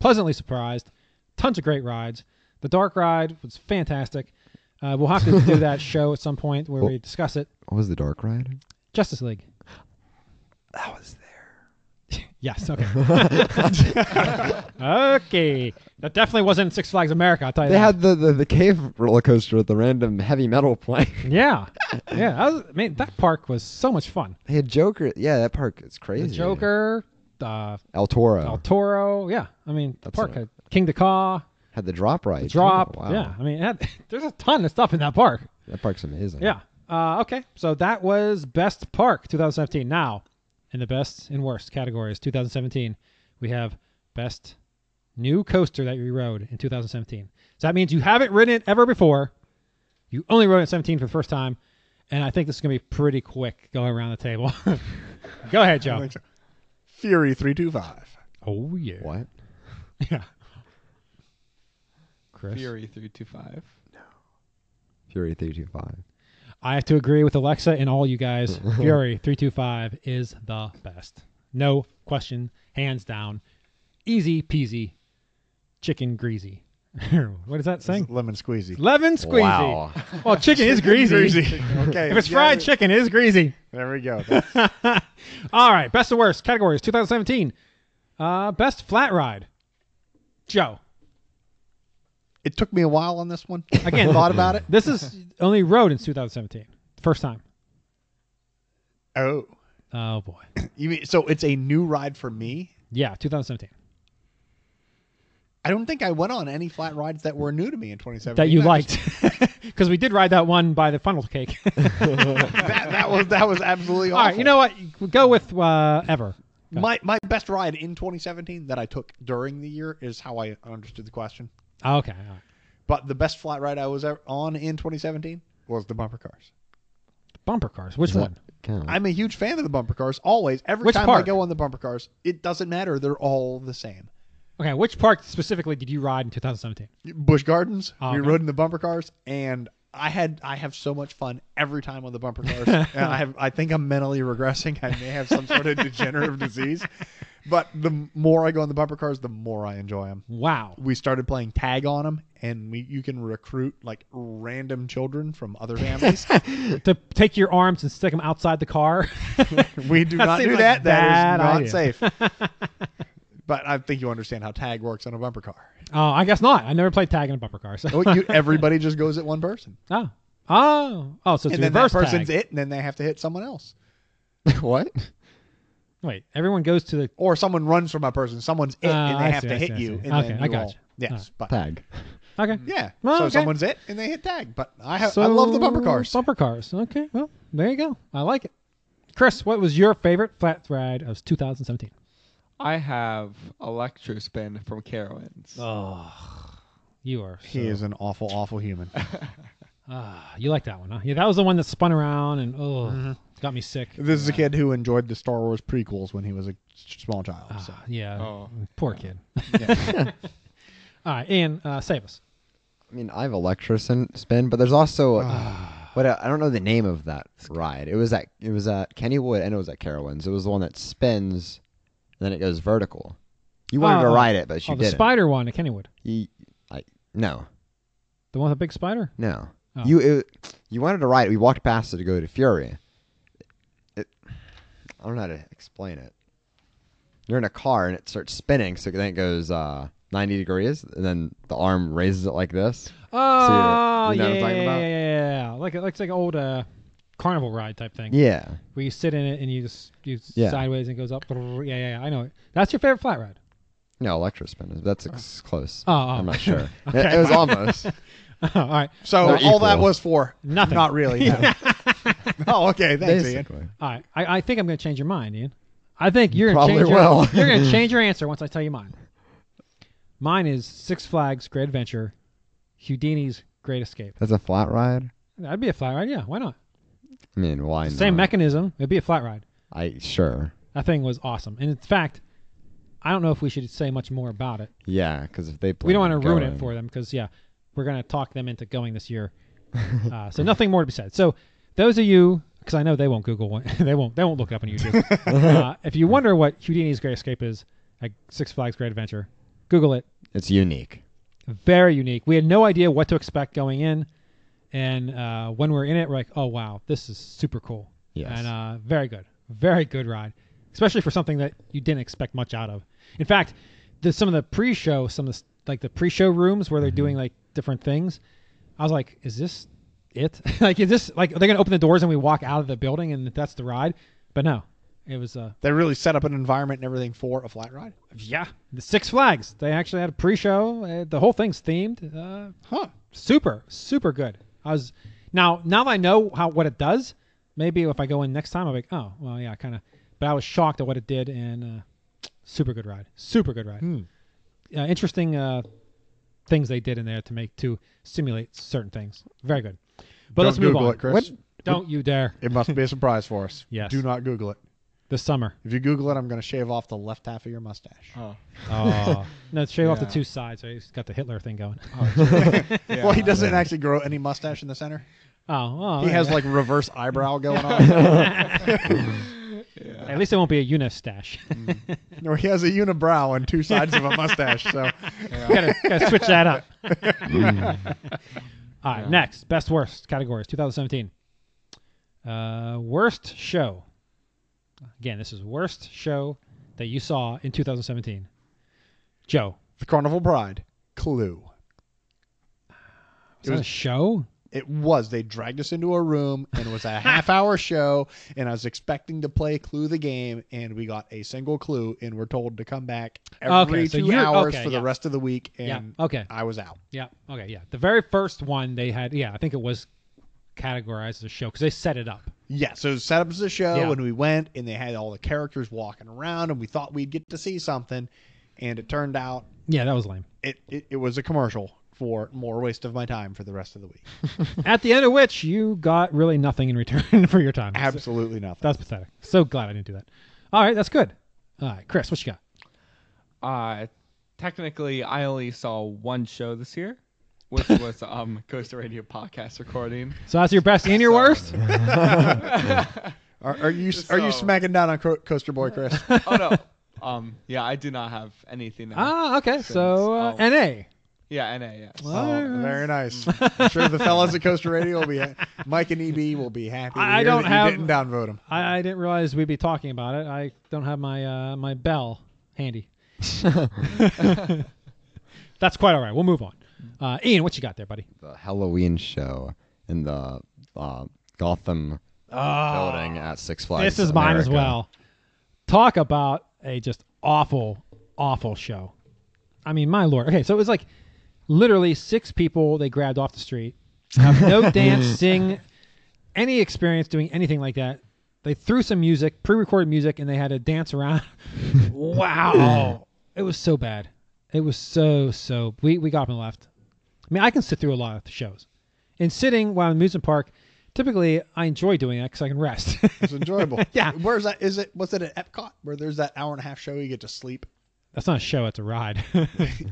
Speaker 2: pleasantly surprised. Tons of great rides. The dark ride was fantastic. Uh, we'll have to do that show at some point where we discuss it.
Speaker 3: What was the dark ride?
Speaker 2: Justice League.
Speaker 3: That was there.
Speaker 2: Yes. Okay. okay. That definitely wasn't Six Flags America. I'll tell you.
Speaker 3: They
Speaker 2: that.
Speaker 3: had the, the, the cave roller coaster with the random heavy metal playing.
Speaker 2: Yeah. Yeah. That was, man, that park was so much fun.
Speaker 3: they had Joker. Yeah, that park is crazy.
Speaker 2: The Joker. Uh,
Speaker 3: El Toro.
Speaker 2: El Toro. Yeah, I mean the
Speaker 3: That's
Speaker 2: park
Speaker 3: right.
Speaker 2: had King Dakar,
Speaker 3: had the drop ride. too.
Speaker 2: Drop.
Speaker 3: Wow.
Speaker 2: Yeah, I mean it had, there's a ton of stuff in that park.
Speaker 3: That park's amazing.
Speaker 2: Yeah. Uh, okay, so that was best park 2017. Now, in the best and worst categories 2017, we have best new coaster that you rode in 2017. So that means you haven't ridden it ever before. You only rode it in 17 for the first time, and I think this is gonna be pretty quick going around the table. Go ahead,
Speaker 4: I
Speaker 2: Joe.
Speaker 4: think so. Fury 325.
Speaker 2: Oh yeah.
Speaker 3: What?
Speaker 2: Yeah. Chris.
Speaker 6: Fury three two five.
Speaker 3: Fury 325.
Speaker 2: I have to agree with Alexa and all you guys. Fury 325 is the best. No question, hands down. Easy peasy, chicken greasy. what is that saying?
Speaker 4: Lemon squeezy.
Speaker 2: Lemon squeezy.
Speaker 3: Wow.
Speaker 2: Well, chicken is greasy.
Speaker 4: okay.
Speaker 2: If it's
Speaker 4: yeah,
Speaker 2: fried chicken, it is greasy.
Speaker 4: There we go.
Speaker 2: all right, best and worst categories 2017. Uh, best flat ride. Joe.
Speaker 4: It took me a while on this one.
Speaker 2: Again,
Speaker 4: thought about it.
Speaker 2: This is only road in 2017. First time.
Speaker 4: Oh,
Speaker 2: Oh boy.
Speaker 4: you mean so it's a new ride for me?
Speaker 2: Yeah, 2017.
Speaker 4: I don't think I went on any flat rides that were new to me in 2017.
Speaker 2: that you
Speaker 4: I just-
Speaker 2: liked because we did ride that one by the funnel cake.
Speaker 4: that, that was that was absolutely awful.
Speaker 2: All right, you know what? Go with uh, ever. Go.
Speaker 4: my my best ride in 2017 that I took during the year is how I understood the question.
Speaker 2: Okay. all right.
Speaker 4: But the best flat ride I was ever on in 2017 was the bumper cars.
Speaker 2: Bumper cars. Which
Speaker 3: Does that
Speaker 2: one?
Speaker 3: count?
Speaker 4: I'm a huge fan of the bumper cars. Always, every
Speaker 2: Which
Speaker 4: time I
Speaker 2: park?
Speaker 4: go on the bumper cars, it doesn't matter. They're all the same.
Speaker 2: Okay. Which park specifically did you ride in 2017?
Speaker 4: Bush Gardens.
Speaker 2: Oh,
Speaker 4: we
Speaker 2: okay.
Speaker 4: rode in the bumper cars, and I had I have so much fun every time on the bumper cars. and I have I think I'm mentally regressing. I may have some sort of degenerative disease, but the more I go on the bumper cars, the more I enjoy them.
Speaker 2: Wow.
Speaker 4: We started playing tag on them, and we you can recruit like random children from other families.
Speaker 2: to take your arms and stick them outside the car.
Speaker 4: we do
Speaker 2: That
Speaker 4: not do
Speaker 2: seems like
Speaker 4: that. That
Speaker 2: bad
Speaker 4: is not
Speaker 2: idea.
Speaker 4: safe. but I think you understand how tag works on a bumper car.
Speaker 2: oh, I guess not. I never played tag in a bumper car. So.
Speaker 4: Well, Oh, you, everybody just goes at one person,
Speaker 2: Oh. Oh. Oh, so it's
Speaker 4: and then that
Speaker 2: reverse
Speaker 4: person's
Speaker 2: tag.
Speaker 4: it, and then they have to hit someone else.
Speaker 3: what?
Speaker 2: Wait, everyone goes to the
Speaker 4: or someone runs from a person. Someone's it,
Speaker 2: Uh,
Speaker 4: and they
Speaker 2: I
Speaker 4: have
Speaker 2: see,
Speaker 4: to
Speaker 2: I see,
Speaker 4: hit
Speaker 2: I
Speaker 4: you.
Speaker 2: see.
Speaker 4: And
Speaker 2: Okay,
Speaker 4: then
Speaker 2: I
Speaker 4: you
Speaker 2: gotcha.
Speaker 4: all- Yes, but
Speaker 3: Tag.
Speaker 2: Okay.
Speaker 4: yeah.
Speaker 2: Well,
Speaker 4: so
Speaker 2: okay.
Speaker 4: someone's it, and they hit tag. But I have I love the bumper
Speaker 2: So,
Speaker 4: cars.
Speaker 2: Bumper cars. Okay. Well, there you go. I like it. Chris, what was your favorite flat ride of 2017?
Speaker 6: I have Electrospin from Carowinds.
Speaker 2: Oh, you are. So,
Speaker 4: He is an awful, awful human.
Speaker 2: Ah, you like that one, huh? Yeah, that was the one that spun around and oh,
Speaker 3: Mm-hmm.
Speaker 2: got me sick.
Speaker 4: this is a kid who enjoyed the Star Wars prequels when he was a small child.
Speaker 2: Ah,
Speaker 4: So.
Speaker 2: yeah.
Speaker 6: Oh.
Speaker 2: Poor kid. All right, and uh, save us.
Speaker 3: I mean, I have Electra sin- spin, but there's also what I don't know the name of that ride. It was at it was at Kennywood and it was at Carowinds. It was the one that spins, and then it goes vertical. You wanted to
Speaker 2: Oh,
Speaker 3: ride it, but you
Speaker 2: oh, the
Speaker 3: didn't.
Speaker 2: spider one at Kennywood.
Speaker 3: You- I, no,
Speaker 2: The one with the big spider?
Speaker 3: no.
Speaker 2: Oh.
Speaker 3: You it, you wanted to ride it. We walked past it to go to Fury. It, I don't know how to explain it. You're in a car and it starts spinning, so then it goes uh, 90 degrees, and then the arm raises it like this.
Speaker 2: Oh,
Speaker 3: uh, you know
Speaker 2: yeah,
Speaker 3: what I'm
Speaker 2: yeah,
Speaker 3: talking
Speaker 2: yeah,
Speaker 3: about?
Speaker 2: yeah, yeah. Like it looks like an old uh, carnival ride type thing.
Speaker 3: Yeah.
Speaker 2: Where you sit in it and you just you
Speaker 3: Yeah.
Speaker 2: sideways and it goes up. Yeah, yeah, yeah. I know it. That's your favorite flat ride.
Speaker 3: No, Electra spin. is- That's ex- close.
Speaker 2: Oh, oh.
Speaker 3: I'm not sure.
Speaker 2: Okay,
Speaker 3: it, it was almost.
Speaker 2: All right.
Speaker 4: So
Speaker 3: They're
Speaker 4: all that
Speaker 3: equal.
Speaker 4: was for
Speaker 2: Nothing.
Speaker 4: Not really. no. oh, okay. Thanks, Ian.
Speaker 3: basically.
Speaker 2: All right. I, I think I'm going to change your mind, Ian. I think you're going to
Speaker 3: Probably
Speaker 2: change
Speaker 3: will.
Speaker 2: your, you're going to change your answer once I tell you mine. Mine is Six Flags Great Adventure, Houdini's Great Escape.
Speaker 3: That's a flat ride.
Speaker 2: That'd be a flat ride, yeah. Why not?
Speaker 3: I mean, why not?
Speaker 2: Same mechanism. It'd be a flat ride.
Speaker 3: I sure.
Speaker 2: That thing was awesome. And in fact, I don't know if we should say much more about it.
Speaker 3: Yeah, because if they
Speaker 2: we don't want to ruin it for them because yeah, we're gonna talk them into going this year. uh, so nothing more to be said. So those of you, because I know they won't Google one, they won't they won't look up on YouTube. uh, if you wonder what Houdini's Great Escape is, at Six Flags Great Adventure, Google it.
Speaker 3: It's unique.
Speaker 2: Very unique. We had no idea what to expect going in, and uh, when we're in it, we're like, oh wow, this is super cool.
Speaker 3: Yes.
Speaker 2: And uh, very good, very good ride, especially for something that you didn't expect much out of. In fact, the, some of the pre-show, some of the, s- like the pre-show rooms where they're doing like different things, I was like, is this it? like, is this like are they gonna open the doors and we walk out of the building and that's the ride? But no, it was uh,
Speaker 4: They really set up an environment and everything for a flat ride.
Speaker 2: yeah, the Six Flags. They actually had a pre-show. Uh, the whole thing's themed. Uh,
Speaker 4: Huh.
Speaker 2: super, super good. I was now now that I know how what it does, maybe if I go in next time, I'm like, oh, well, yeah, kind of. But I was shocked at what it did, and uh, super good ride, super good ride. Uh, interesting uh, things they did in there to make to simulate certain things. Very good. But
Speaker 4: Don't
Speaker 2: let's move
Speaker 4: Google
Speaker 2: on.
Speaker 4: it, Chris.
Speaker 2: What- Don't you dare.
Speaker 4: It must be a surprise for us.
Speaker 2: Yes.
Speaker 4: Do not Google it.
Speaker 2: The summer.
Speaker 4: If you Google it, I'm going to shave off the left half of your mustache.
Speaker 6: Oh.
Speaker 2: Oh, no, shave off the
Speaker 6: Yeah.
Speaker 2: two sides. Right? He's got the Hitler thing going.
Speaker 4: well, he doesn't actually grow any mustache in the center.
Speaker 2: Oh, oh
Speaker 4: He
Speaker 2: yeah.
Speaker 4: has like reverse eyebrow going on,
Speaker 2: At least it won't be a unistache.
Speaker 4: or he has a unibrow and two sides of a mustache. So
Speaker 2: gotta, gotta switch that up. All right, next best worst categories 2017. Uh, worst show. Again, this is worst show that you saw in 2017. Joe,
Speaker 4: the Carnival Bride, Clue.
Speaker 2: was that a
Speaker 4: was-
Speaker 2: show?
Speaker 4: It It was. They dragged us into a room and it was a half hour show. And I was expecting to play Clue the game, and we got a single clue, and we're told to come back every
Speaker 2: Okay, so
Speaker 4: two
Speaker 2: you're-
Speaker 4: hours
Speaker 2: okay,
Speaker 4: for
Speaker 2: yeah.
Speaker 4: the rest of the week.
Speaker 2: Yeah.
Speaker 4: And
Speaker 2: Okay.
Speaker 4: I was out.
Speaker 2: Yeah. Okay. Yeah. The very first one they had. Yeah, I think it was categorized as a show because they set it up.
Speaker 4: Yeah, so it was set up as a show,
Speaker 2: Yeah.
Speaker 4: and we went, and they had all the characters walking around, and we thought we'd get to see something, and it turned out
Speaker 2: Yeah, that was lame.
Speaker 4: it it, it was a commercial for more waste of my time for the rest of the week.
Speaker 2: At the end of which you got really nothing in return for your time.
Speaker 4: Absolutely nothing.
Speaker 2: That's pathetic. So glad I didn't do that. All right, that's good. All right, Chris, what you got?
Speaker 6: Uh, technically, I only saw one show this year, which was um Coaster Radio podcast recording.
Speaker 2: So that's your best and your
Speaker 6: So-
Speaker 2: worst.
Speaker 4: Are, are you are you
Speaker 6: So-
Speaker 4: smacking down on Co- Coaster Boy, Chris?
Speaker 6: Oh no. Um, yeah, I do not have anything. else.
Speaker 2: Ah, okay. So uh,
Speaker 6: Oh.
Speaker 2: NA.
Speaker 6: yeah, NA. Yes.
Speaker 4: Oh, very nice. I'm sure the fellas at Coaster Radio will be ha- Mike and EB will be happy. to
Speaker 2: I
Speaker 4: hear
Speaker 2: don't
Speaker 4: that
Speaker 2: have-
Speaker 4: you didn't downvote him.
Speaker 2: I, I didn't realize we'd be talking about it. I don't have my uh, my bell handy. That's quite all right. We'll move on. Uh, Ian, what you got there, buddy?
Speaker 3: the Halloween show in the uh, Gotham building at Six Flags.
Speaker 2: Ah, this is mine as
Speaker 3: America.
Speaker 2: well. Talk about a just awful, awful show. I mean, my lord. Okay, so it was like literally six people they grabbed off the street. Have no dance, sing, any experience doing anything like that. They threw some music, pre-recorded music, and they had to dance around. wow, it was so bad. It was so so. We we got up and left. I mean, I can sit through a lot of shows, and sitting while in amusement park. Typically, I enjoy doing that because I can rest.
Speaker 4: It's enjoyable.
Speaker 2: Yeah.
Speaker 4: Where's that? Is it? Was it at Epcot where there's that hour and a half show you get to sleep?
Speaker 2: That's not a show; it's a ride.
Speaker 4: Either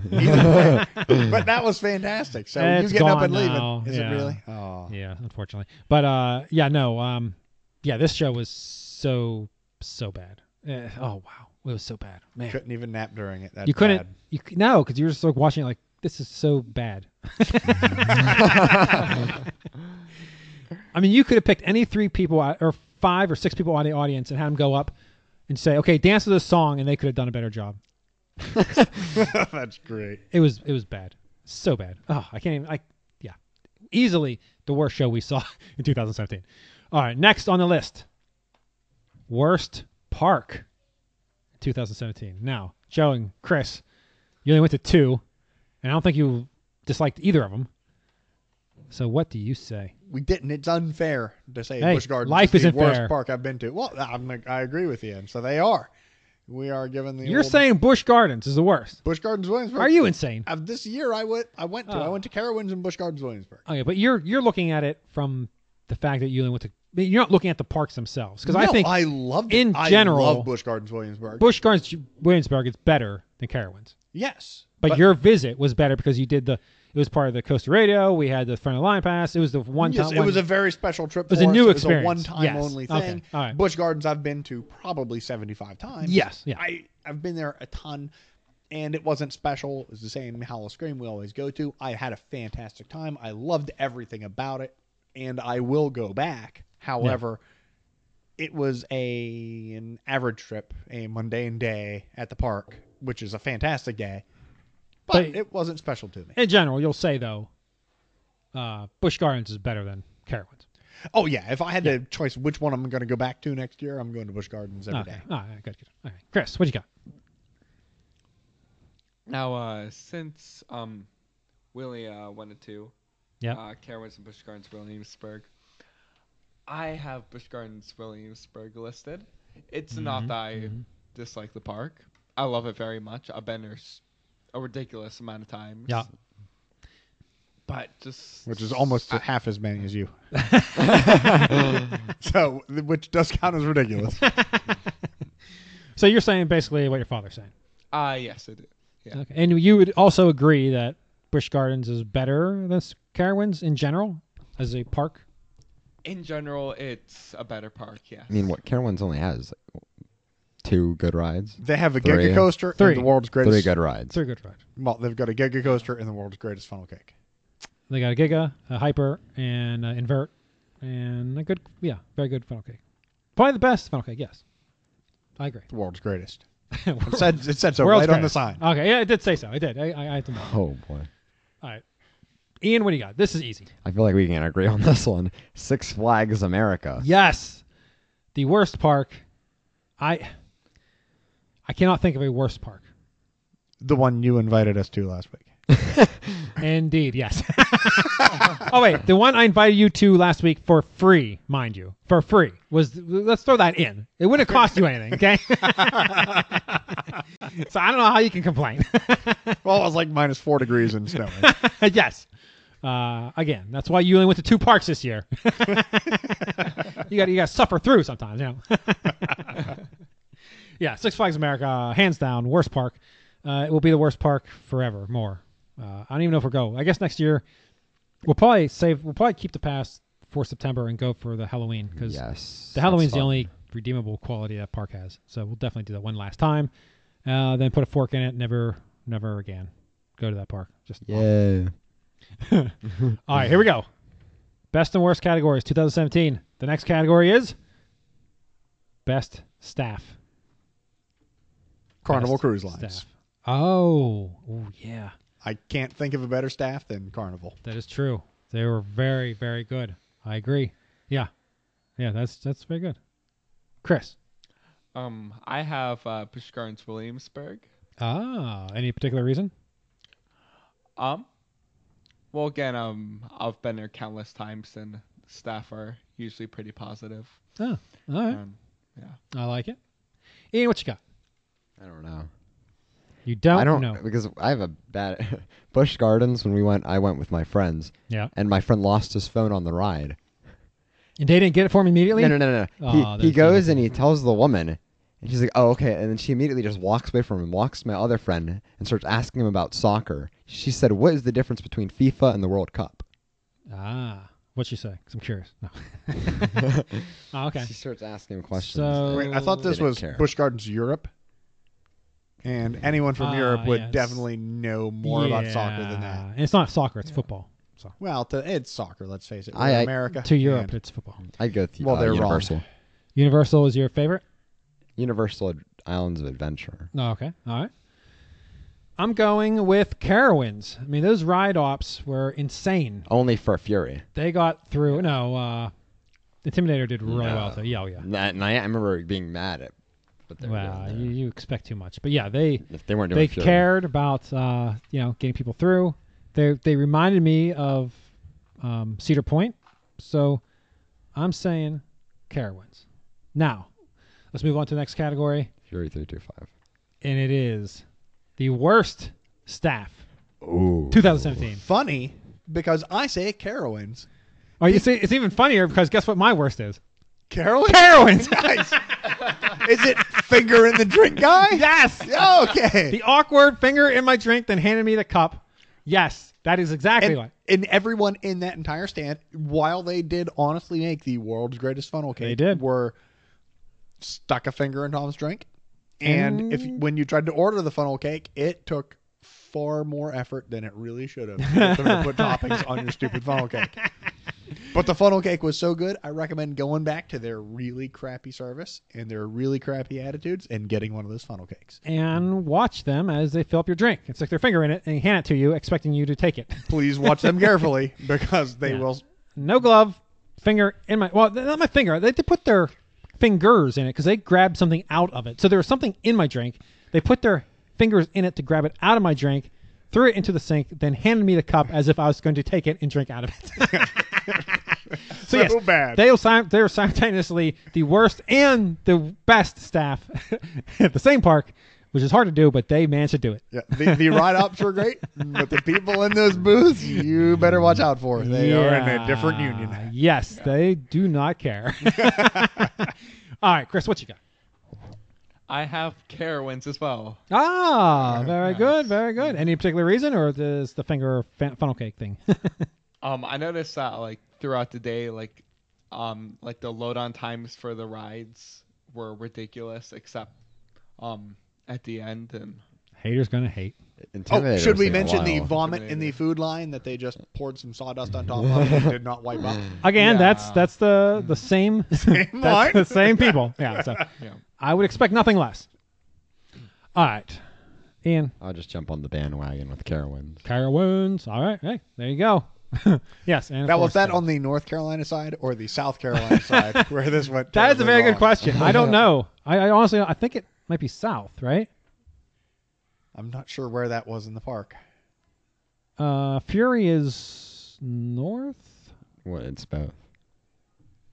Speaker 4: way. but that was fantastic. So
Speaker 2: Eh,
Speaker 4: you
Speaker 2: it's
Speaker 4: getting up
Speaker 2: gone
Speaker 4: and leaving?
Speaker 2: now.
Speaker 4: Is
Speaker 2: Yeah.
Speaker 4: it really? Oh,
Speaker 2: yeah, unfortunately. But uh, yeah, no. Um, yeah, this show was so so bad. Eh, oh wow, it was so bad, man.
Speaker 4: couldn't even nap during it. That's
Speaker 2: you couldn't.
Speaker 4: bad.
Speaker 2: You c- no, because you were just like watching it, like this is so bad. I mean, you could have picked any three people out, or five or six people out of the audience and had them go up and say, "Okay, dance to this song," and they could have done a better job.
Speaker 4: That's great.
Speaker 2: It was it was bad, so bad. Oh, I can't even. I yeah, easily the worst show we saw in 2017. All right, next on the list, worst park, 2017. Now, Joe and Chris, you only went to two, and I don't think you disliked either of them. So what do you say?
Speaker 4: We didn't. It's unfair to say
Speaker 2: Hey,
Speaker 4: Busch Gardens
Speaker 2: life
Speaker 4: is the
Speaker 2: isn't
Speaker 4: worst
Speaker 2: fair.
Speaker 4: park I've been to. Well, I'm, like- I agree with you, and so they are. We are given the.
Speaker 2: You're
Speaker 4: old
Speaker 2: saying Bush Gardens is the worst.
Speaker 4: Busch Gardens Williamsburg.
Speaker 2: Are you insane?
Speaker 4: Of this year, I went. I went to. I
Speaker 2: Oh.
Speaker 4: went to Carowinds and Busch Gardens Williamsburg.
Speaker 2: Okay, but you're you're looking at it from the fact that you only went to. You're not looking at the parks themselves because I
Speaker 4: No,
Speaker 2: think
Speaker 4: I loved it.
Speaker 2: in
Speaker 4: I
Speaker 2: general-
Speaker 4: love Busch Gardens Williamsburg.
Speaker 2: Bush Gardens Williamsburg is better than Carowinds.
Speaker 4: yes,
Speaker 2: But, your visit was better because you did the it was part of the Costa Radio, we had the front of the line pass. It was the one
Speaker 4: yes,
Speaker 2: time
Speaker 4: it
Speaker 2: one-
Speaker 4: was a very special trip.
Speaker 2: It was
Speaker 4: for
Speaker 2: a
Speaker 4: us.
Speaker 2: new
Speaker 4: it
Speaker 2: experience.
Speaker 4: Was a one-time
Speaker 2: Yes.
Speaker 4: only
Speaker 2: Okay.
Speaker 4: thing.
Speaker 2: All right.
Speaker 4: Busch Gardens, I've been to probably seventy-five times.
Speaker 2: Yes, yeah.
Speaker 4: I I've been there a ton, and it wasn't special. It was the same Hollow Scream we always go to. I had a fantastic time. I loved everything about it, and I will go back. However. It was a an average trip, a mundane day at the park, which is a fantastic day, but,
Speaker 2: But-
Speaker 4: it wasn't special to me.
Speaker 2: in general, you'll say though, uh Bush Gardens is better than Carowinds.
Speaker 4: Oh yeah, if I had to choice which one I'm going to go back to next year, I'm going to Busch Gardens every day.
Speaker 2: Okay. All right, good, good. All right. Chris, what you got?
Speaker 6: Now, uh, since um, Willie uh, went into
Speaker 2: Yeah.
Speaker 6: uh, Carowinds and Busch Gardens Williamsburg, I have Busch Gardens Williamsburg listed. It's
Speaker 2: Mm-hmm,
Speaker 6: not that I dislike the park. I love it very much. I've been there s- a ridiculous amount of times.
Speaker 2: yeah.
Speaker 6: But just
Speaker 4: which is almost half as many as you. so, which does count as ridiculous.
Speaker 2: So you're saying basically what your father's saying.
Speaker 6: ah yes, I do. Yeah.
Speaker 2: Okay. And you would also agree that Bush Gardens is better than Carowinds in general as a park?
Speaker 6: In general, it's a better park. Yes.
Speaker 3: I mean, what Carowinds only has like, two good rides,
Speaker 4: They have a
Speaker 3: Three.
Speaker 4: Giga Coaster
Speaker 2: Three.
Speaker 4: and the world's
Speaker 3: three
Speaker 4: greatest.
Speaker 3: good rides.
Speaker 2: It's a good ride.
Speaker 4: Well, they've got a Giga Coaster and the world's greatest funnel cake.
Speaker 2: They got a Giga, a Hyper, and uh, Invert, and a good, yeah, very good funnel cake. Probably the best funnel cake, yes. I agree.
Speaker 4: The world's greatest.
Speaker 2: World's
Speaker 4: It said, it said so right on the
Speaker 2: greatest.
Speaker 4: sign.
Speaker 2: Okay, yeah, it did say so. It did. I, I, I had to know.
Speaker 3: Oh boy.
Speaker 2: All right. Ian, what do you got? This is easy.
Speaker 3: I feel like we can agree on this one. Six Flags America.
Speaker 2: Yes, the worst park. I I cannot think of a worse park.
Speaker 4: The one you invited us to last week.
Speaker 2: Indeed, yes. oh wait, the one I invited you to last week for free, mind you, for free was let's throw that in. It wouldn't cost you anything, okay? so I don't know how you can complain.
Speaker 4: Well, it was like minus four degrees and snowing.
Speaker 2: yes. Uh, again, that's why you only went to two parks this year. you got you got to suffer through sometimes, you know. yeah, Six Flags America, hands down, worst park. Uh, it will be the worst park forever, more. Uh, I don't even know if we'll go. I guess next year we'll probably save. We'll probably keep the pass for September and go for the Halloween because
Speaker 3: Yes.
Speaker 2: the Halloween's the only redeemable quality that park has. So we'll definitely do that one last time. Uh, then put a fork in it. Never, never again. Go to that park. Just
Speaker 3: Yeah.
Speaker 2: all right, here we go. Best and worst categories 2017. The next category is best staff.
Speaker 4: Carnival
Speaker 2: Best
Speaker 4: Cruise Lines.
Speaker 2: Staff. Oh, Ooh, yeah,
Speaker 4: I can't think of a better staff than Carnival.
Speaker 2: that is true. They were very, very good. I agree. Yeah, yeah, that's that's very good. Chris.
Speaker 6: Um, I have uh, Pushkarns Williamsburg.
Speaker 2: Ah, any particular reason?
Speaker 6: Um, well, again, um, I've been there countless times, and staff are usually pretty positive.
Speaker 2: Oh, all right.
Speaker 6: Um,
Speaker 2: I like it. Ian, what you got?
Speaker 3: I don't know.
Speaker 2: You don't,
Speaker 3: I don't
Speaker 2: know.
Speaker 3: because I have a bad Bush Gardens when we went I went with my friends
Speaker 2: Yeah,
Speaker 3: and my friend lost his phone on the ride.
Speaker 2: and they didn't get it for me immediately.
Speaker 3: No, no, no, no. He,
Speaker 2: Aw,
Speaker 3: he
Speaker 2: there's no
Speaker 3: goes and he tells the woman, and she's like, "Oh, okay." And then she immediately just walks away from him, walks to my other friend, and starts asking him about soccer. She said, "What is the difference between FIFA and the World Cup?"
Speaker 2: Ah, what you say? 'Cause I'm curious. No. oh, okay.
Speaker 3: She starts asking him questions.
Speaker 2: So-
Speaker 4: Wait, I thought
Speaker 3: Mm,
Speaker 4: this
Speaker 3: Didn't
Speaker 4: was
Speaker 3: care. Mm.
Speaker 4: Busch Gardens Europe. And anyone from
Speaker 2: Ah,
Speaker 4: Europe would
Speaker 2: yes.
Speaker 4: definitely know more about soccer than
Speaker 2: Yeah.
Speaker 4: that.
Speaker 2: And it's not soccer; it's football. So
Speaker 4: Well, to, it's soccer, let's face it. We're
Speaker 3: I- I-
Speaker 4: America.
Speaker 2: to Europe,
Speaker 4: and
Speaker 2: it's football.
Speaker 3: I'd go with
Speaker 4: Well,
Speaker 3: uh,
Speaker 4: they're wrong.
Speaker 3: Universal.
Speaker 2: Universal is your favorite.
Speaker 3: Universal Ad- Islands of Adventure.
Speaker 2: Oh, okay, all right. I'm going with Carowinds. I mean, those ride ops were insane.
Speaker 3: Only for Fury.
Speaker 2: They got through. No, uh, Intimidator did really
Speaker 3: No.
Speaker 2: well. Though. Yeah, oh, yeah.
Speaker 3: And I, and I remember being mad at what they were
Speaker 2: Wow,
Speaker 3: doing
Speaker 2: you,
Speaker 3: there.
Speaker 2: you expect too much, but yeah, they
Speaker 3: if they weren't doing
Speaker 2: they
Speaker 3: Fury.
Speaker 2: cared about uh, you know getting people through. They they reminded me of um, Cedar Point, so I'm saying Carowinds. Now, let's move on to the next category,
Speaker 3: Fury 325.
Speaker 2: and it is the worst staff
Speaker 3: Ooh.
Speaker 2: 2017.
Speaker 4: funny because I say Carowinds.
Speaker 2: Oh, you see, it's even funnier because guess what my worst is?
Speaker 4: Carowinds?
Speaker 2: Carowinds.
Speaker 4: Nice. Is it finger in the drink guy?
Speaker 2: yes.
Speaker 4: Okay.
Speaker 2: The awkward finger in my drink, then handed me the cup. Yes, that is exactly
Speaker 4: And,
Speaker 2: what.
Speaker 4: and everyone in that entire stand, while they did honestly make the world's greatest funnel cake,
Speaker 2: They did.
Speaker 4: were stuck a finger in Tom's drink. And, if when you tried to order the funnel cake, it took far more effort than it really should have to get them to put toppings on your stupid funnel cake. But the funnel cake was so good, I recommend going back to their really crappy service and their really crappy attitudes and getting one of those funnel cakes.
Speaker 2: and watch them as they fill up your drink and stick their finger in it and hand it to you, expecting you to take it.
Speaker 4: Please watch them carefully because they
Speaker 2: Yeah.
Speaker 4: will
Speaker 2: No glove, finger in my well, not my finger. They, they put their fingers in it because they grabbed something out of it. So there was something in my drink. They put their fingers in it to grab it out of my drink, threw it into the sink, then handed me the cup as if I was going to take it and drink out of it. so yes,
Speaker 4: bad.
Speaker 2: They were, sim- they were simultaneously the worst and the best staff at the same park, which is hard to do, but they managed to do it.
Speaker 4: Yeah, the, the ride ups are great, but the people in those booths, you better watch out for. They are in a different
Speaker 2: Yeah.
Speaker 4: union.
Speaker 2: Yes, they do not care. All right, Chris, what you got?
Speaker 6: I have Carowinds as well.
Speaker 2: Ah, very good, very good. Any particular reason, or is the finger fan- funnel cake thing?
Speaker 6: Um, I noticed that like throughout the day, like, um, like the load on times for the rides were ridiculous, except, um, at the end and
Speaker 2: Haters gonna hate.
Speaker 4: Oh,
Speaker 3: Intimidator's
Speaker 4: should we
Speaker 3: taking a
Speaker 4: mention the
Speaker 3: while.
Speaker 4: vomit in the food line that they just poured some sawdust on top of and did not wipe up?
Speaker 2: Again,
Speaker 6: Yeah.
Speaker 2: that's that's the the same, Mm-hmm. same
Speaker 4: line?
Speaker 2: the same people. Yeah, so
Speaker 6: Yeah.
Speaker 2: I would expect nothing less. All right, Ian,
Speaker 3: I'll just jump on the bandwagon with Carowinds.
Speaker 2: Kyra wounds. All right, hey, there you go. yes, and of
Speaker 4: Now,
Speaker 2: course,
Speaker 4: was that
Speaker 2: uh,
Speaker 4: on the North Carolina side or the South Carolina side where this went?
Speaker 2: That is a
Speaker 4: terribly
Speaker 2: very good
Speaker 4: wrong?
Speaker 2: question. I don't know. I, I honestly, I think it might be south, right?
Speaker 4: I'm not sure where that was in the park.
Speaker 2: Uh, Fury is north.
Speaker 3: What it's both.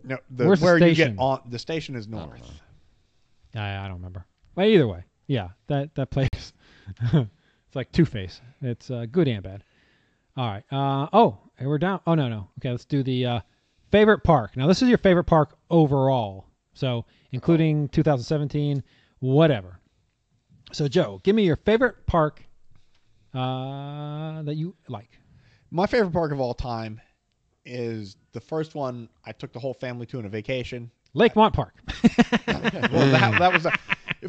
Speaker 4: No, the,
Speaker 2: Where's the
Speaker 4: where you
Speaker 2: station?
Speaker 4: get on the station
Speaker 2: Oh.
Speaker 4: is north.
Speaker 2: I, I don't remember. But either way, yeah, that that place. it's like Two Face. It's uh, good and bad. All right. Uh, oh, and we're down. Oh no no. Okay, let's do the uh, favorite park. Now this is your favorite park overall, so including 2017, whatever. So Joe, give me your favorite park uh, that you like.
Speaker 4: My favorite park of all time is the first one I took the whole family to on a vacation.
Speaker 2: Lakemont Park.
Speaker 4: Well, that, that was a,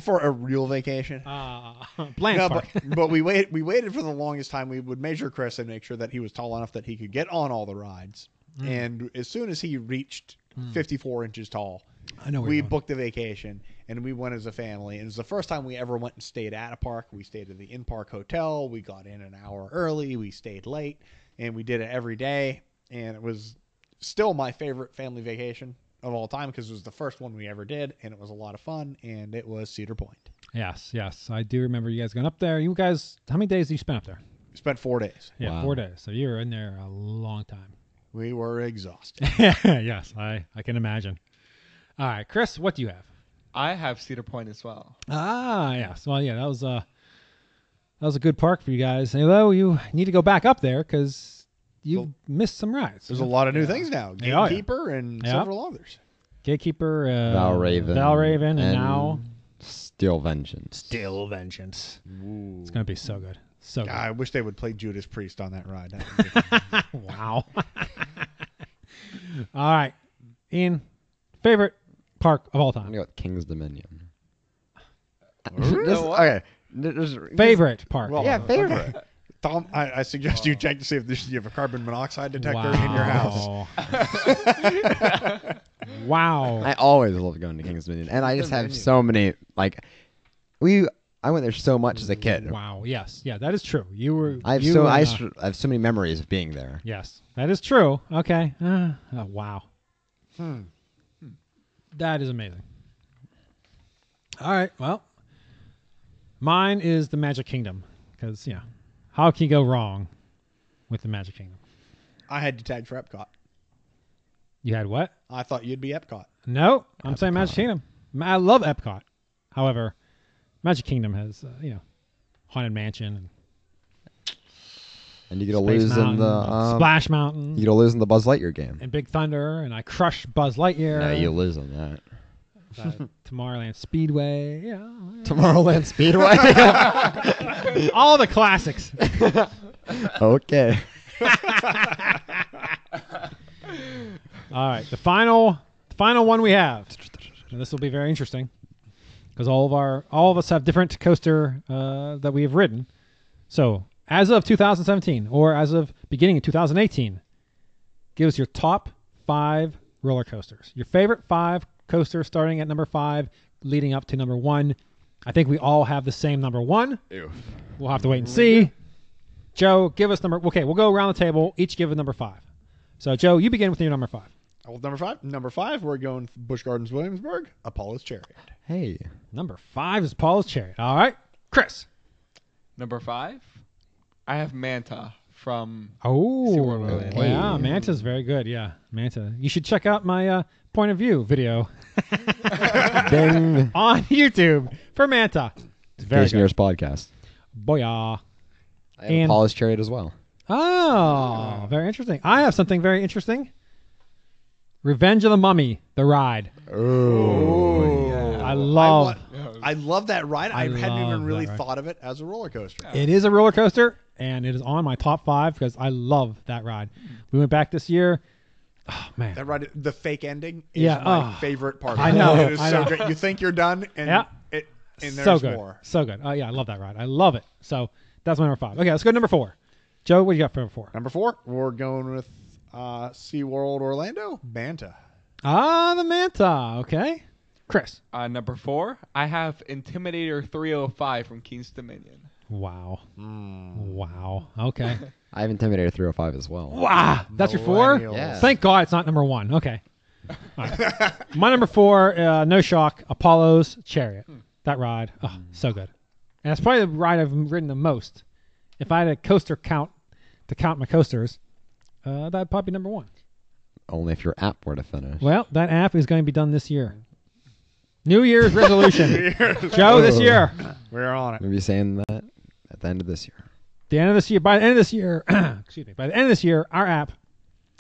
Speaker 4: for a real vacation.
Speaker 2: Uh, Blanche
Speaker 4: No,
Speaker 2: Park.
Speaker 4: but, but we wait. We waited for the longest time. We would measure Chris and make sure that he was tall enough that he could get on all the rides.
Speaker 2: Hmm.
Speaker 4: And as soon as he reached 54 inches tall,
Speaker 2: I know where
Speaker 4: we
Speaker 2: you're going.
Speaker 4: booked a vacation and we went as a family. And it was the first time we ever went and stayed at a park. We stayed at the in park hotel. We got in an hour early. We stayed late, and we did it every day. And it was still my favorite family vacation of all time because it was the first one we ever did, and it was a lot of fun. And it was Cedar Point.
Speaker 2: Yes, yes, I do remember you guys going up there. You guys, how many days did you spend up there?
Speaker 4: We spent four days.
Speaker 2: Yeah,
Speaker 3: Wow.
Speaker 2: four days. So you were in there a long time.
Speaker 4: We were exhausted.
Speaker 2: yes, I, I can imagine. All right, Chris, what do you have?
Speaker 6: I have Cedar Point as well.
Speaker 2: Ah, yes. Well, yeah, that was uh, that was a good park for you guys. Although you need to go back up there because you
Speaker 4: Well,
Speaker 2: missed some rides.
Speaker 4: There's a lot of new things now.
Speaker 2: Yeah, oh, yeah.
Speaker 4: Gatekeeper and
Speaker 2: Yeah.
Speaker 4: several others.
Speaker 2: Gatekeeper, uh,
Speaker 3: Valraven.
Speaker 2: Valraven, and, now
Speaker 3: Steel Vengeance.
Speaker 2: Still Vengeance. It's gonna be so good, so good.
Speaker 4: I wish they would play Judas Priest on that ride. That would be-
Speaker 2: wow. all right, Ian, favorite park of all
Speaker 3: I'm
Speaker 2: time.
Speaker 3: gonna go with King's Dominion.
Speaker 4: This-
Speaker 3: okay. This,
Speaker 2: Favorite park.
Speaker 4: Well,
Speaker 3: Yeah, favorite.
Speaker 4: Tom, I, I suggest you check to see if this, you have a carbon monoxide detector
Speaker 2: wow.
Speaker 4: in your house.
Speaker 2: wow.
Speaker 3: I always love going to King's Dominion, and I just have so many like we. I went there so much as a kid.
Speaker 2: Wow. Yes. Yeah, that is true. You were.
Speaker 3: I have
Speaker 2: you
Speaker 3: so
Speaker 2: were,
Speaker 3: I,
Speaker 2: uh,
Speaker 3: s- I have so many memories of being there.
Speaker 2: yes, that is true. Okay. Uh, oh, wow.
Speaker 4: Hmm.
Speaker 2: That is amazing. All right. Well, mine is the Magic Kingdom because yeah, how can you go wrong with the Magic Kingdom?
Speaker 4: I had you tagged for Epcot.
Speaker 2: You had what?
Speaker 4: I thought you'd be Epcot.
Speaker 2: No, I'm saying Magic Kingdom. Ma- I love Epcot. However, Magic Kingdom has uh, you know Haunted Mansion and
Speaker 3: And you get to
Speaker 2: Space
Speaker 3: lose in
Speaker 2: Mountain, uh,
Speaker 3: the um,
Speaker 2: Splash Mountain.
Speaker 3: You get to lose in the Buzz Lightyear game.
Speaker 2: and Big Thunder, and I crushed Buzz Lightyear.
Speaker 3: No, you lose on that.
Speaker 2: uh, Tomorrowland Speedway. Yeah,
Speaker 3: Tomorrowland Speedway.
Speaker 2: all the classics.
Speaker 3: okay.
Speaker 2: All right, the final, the final one we have. Now, this will be very interesting because all of our, all of us have different coaster uh, that we have ridden. So, as of 2017, or as of beginning of 2018, give us your top five roller coasters. Your favorite five coasters, starting at number five, leading up to number one. I think we all have the same number one. We'll have to wait and see. Joe, give us number. Okay, we'll go around the table. Each give a number five. So, Joe, you begin with your number five.
Speaker 4: Well, number five. Number five, we're going Busch Gardens, Williamsburg, Apollo's Chariot.
Speaker 3: Hey.
Speaker 2: Number five is Paul's Chariot. All right, Chris.
Speaker 6: Number five, I have Manta from.
Speaker 2: Oh,
Speaker 6: SeaWorld Orlando.
Speaker 2: yeah,
Speaker 3: Hey.
Speaker 2: Manta's very good. Yeah, Manta. You should check out my uh, point of view video
Speaker 3: Ding.
Speaker 2: on YouTube for Manta. It's very
Speaker 3: Case
Speaker 2: good. ah.
Speaker 3: Nearest Podcast.
Speaker 2: Booyah.
Speaker 3: I
Speaker 2: And-
Speaker 3: have Paul's Chariot as well.
Speaker 2: Oh, very interesting. I have something very interesting. Revenge of the Mummy, the ride.
Speaker 3: Oh.
Speaker 2: I love.
Speaker 4: I love that ride.
Speaker 2: I
Speaker 4: I, hadn't
Speaker 2: love
Speaker 4: even really
Speaker 2: that ride.
Speaker 4: thought of it as a roller coaster.
Speaker 2: It is a roller coaster, and it is on my top five because I love that ride. We went back this year. Oh man,
Speaker 4: That ride, the fake ending, is
Speaker 2: Yeah,
Speaker 4: my
Speaker 2: oh.
Speaker 4: favorite part.
Speaker 2: I know,
Speaker 4: It is
Speaker 2: I
Speaker 4: so
Speaker 2: know.
Speaker 4: great. You think you're done, and
Speaker 2: Yeah.
Speaker 4: it, and there's
Speaker 2: so good,
Speaker 4: more.
Speaker 2: so good. Oh yeah, I love that ride. I love it. So that's my number five. Okay, let's go to number four. Joe, what do you got for number four?
Speaker 4: Number four, we're going with uh, SeaWorld Orlando, Manta.
Speaker 2: Ah, the Manta. Okay, Chris.
Speaker 6: Uh, number four, I have Intimidator 305 from King's Dominion.
Speaker 2: Wow. Wow. Okay.
Speaker 3: I have Intimidator 305 as well.
Speaker 2: wow. That's your four?
Speaker 4: Millennials.
Speaker 3: Yeah.
Speaker 2: Thank God it's not number one. Okay. All right. My number four, uh, no shock, Apollo's Chariot. That ride, oh, so good. And that's probably the ride I've ridden the most. If I had a coaster count to count my coasters, uh, that'd probably be number one.
Speaker 3: Only if your app were to finish.
Speaker 2: Well, that app is going to be done this year. New Year's resolution. Joe, this year.
Speaker 4: We're on it.
Speaker 3: We'll be saying that at the end of this year.
Speaker 2: the end of this year by the end of this year excuse me by the end of this year our app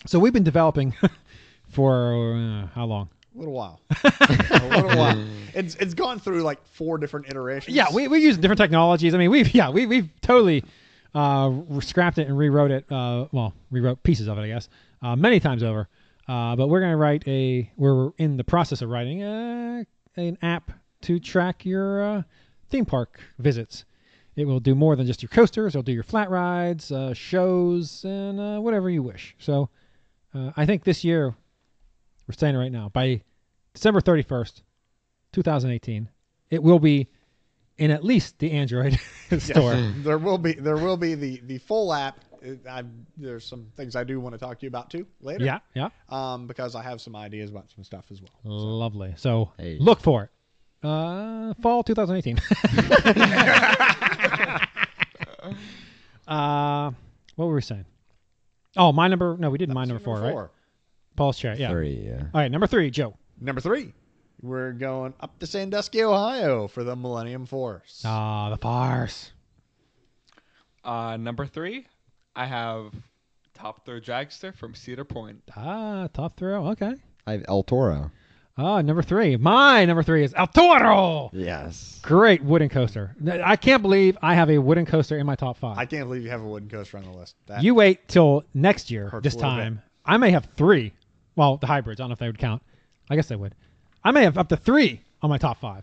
Speaker 2: so we've been developing for uh, how long
Speaker 4: A little while. a little while. It's it's gone through like four different iterations.
Speaker 2: yeah we, we're using different technologies i mean we've yeah we, we've totally uh, re- scrapped it and rewrote it uh, well rewrote pieces of it i guess uh, many times over uh, but we're going to write a we're in the process of writing uh, an app to track your uh, theme park visits it will do more than just your coasters it'll do your flat rides uh, shows and uh, whatever you wish so uh, i think this year we're saying it right now by december 31st 2018 it will be in at least the android store
Speaker 4: There will be there will be the the full app. Uh, I, there's some things I do want to talk to you about too later.
Speaker 2: yeah yeah
Speaker 4: Um, because I have some ideas about some stuff as well.
Speaker 2: lovely so
Speaker 3: Hey.
Speaker 2: look for it uh, fall 2018 uh, what were we saying oh my number no we did my number, four, right paul's chair yeah
Speaker 3: Three. Yeah.
Speaker 2: all right number three joe
Speaker 4: Number three, we're going up to Sandusky, Ohio for the Millennium Force.
Speaker 2: ah the farce
Speaker 6: Uh, number three, I have Top Throw Dragster from Cedar Point.
Speaker 2: ah top throw okay
Speaker 3: I have El Toro.
Speaker 2: ah number three my number three is el toro
Speaker 3: Yes.
Speaker 2: great wooden coaster i can't believe i have a wooden coaster in my top five
Speaker 4: I can't believe you have a wooden coaster on the list. That,
Speaker 2: You wait till next year,
Speaker 4: Hurts
Speaker 2: this
Speaker 4: a little bit.
Speaker 2: time. I may have three. Well, the hybrids. I don't know if they would count. I guess they would. I may have up to three on my top five.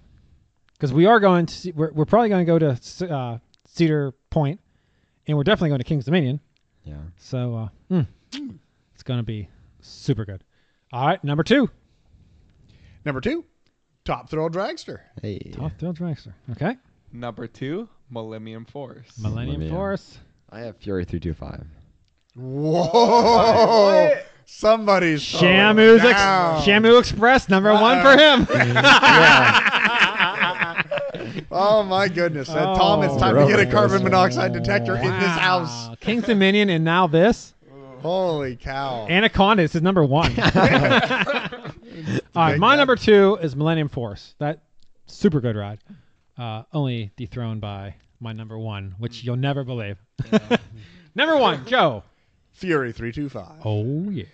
Speaker 2: Because we are going to, see, we're, we're probably going to go to C- uh, Cedar Point, and we're definitely going to King's Dominion.
Speaker 3: Yeah.
Speaker 2: So uh, mm, it's going to be super good. All right, number two,
Speaker 4: number two, Top Thrill Dragster.
Speaker 3: Hey.
Speaker 2: Top Thrill Dragster. Okay,
Speaker 6: Number two, Millennium Force.
Speaker 2: Millennium
Speaker 3: Millennium.
Speaker 2: Force.
Speaker 3: I have Fury 325.
Speaker 4: Whoa! Somebody's
Speaker 2: Shamu's
Speaker 4: throwing
Speaker 2: ex-
Speaker 4: down.
Speaker 2: Shamu Express, number one for him.
Speaker 4: Oh my goodness, Uh, Tom! It's
Speaker 2: Oh.
Speaker 4: time to get a
Speaker 3: Roller
Speaker 4: carbon
Speaker 3: coaster.
Speaker 4: monoxide detector in this
Speaker 2: Wow.
Speaker 4: house.
Speaker 2: King's Dominion, and now this.
Speaker 4: Holy cow!
Speaker 2: Anaconda is his number one. All right,
Speaker 4: Big
Speaker 2: my
Speaker 4: guy.
Speaker 2: number two is Millennium Force. That super good ride, uh, only dethroned by my number one, which you'll never believe. number one, Joe.
Speaker 4: Fury three two five.
Speaker 2: Oh yeah.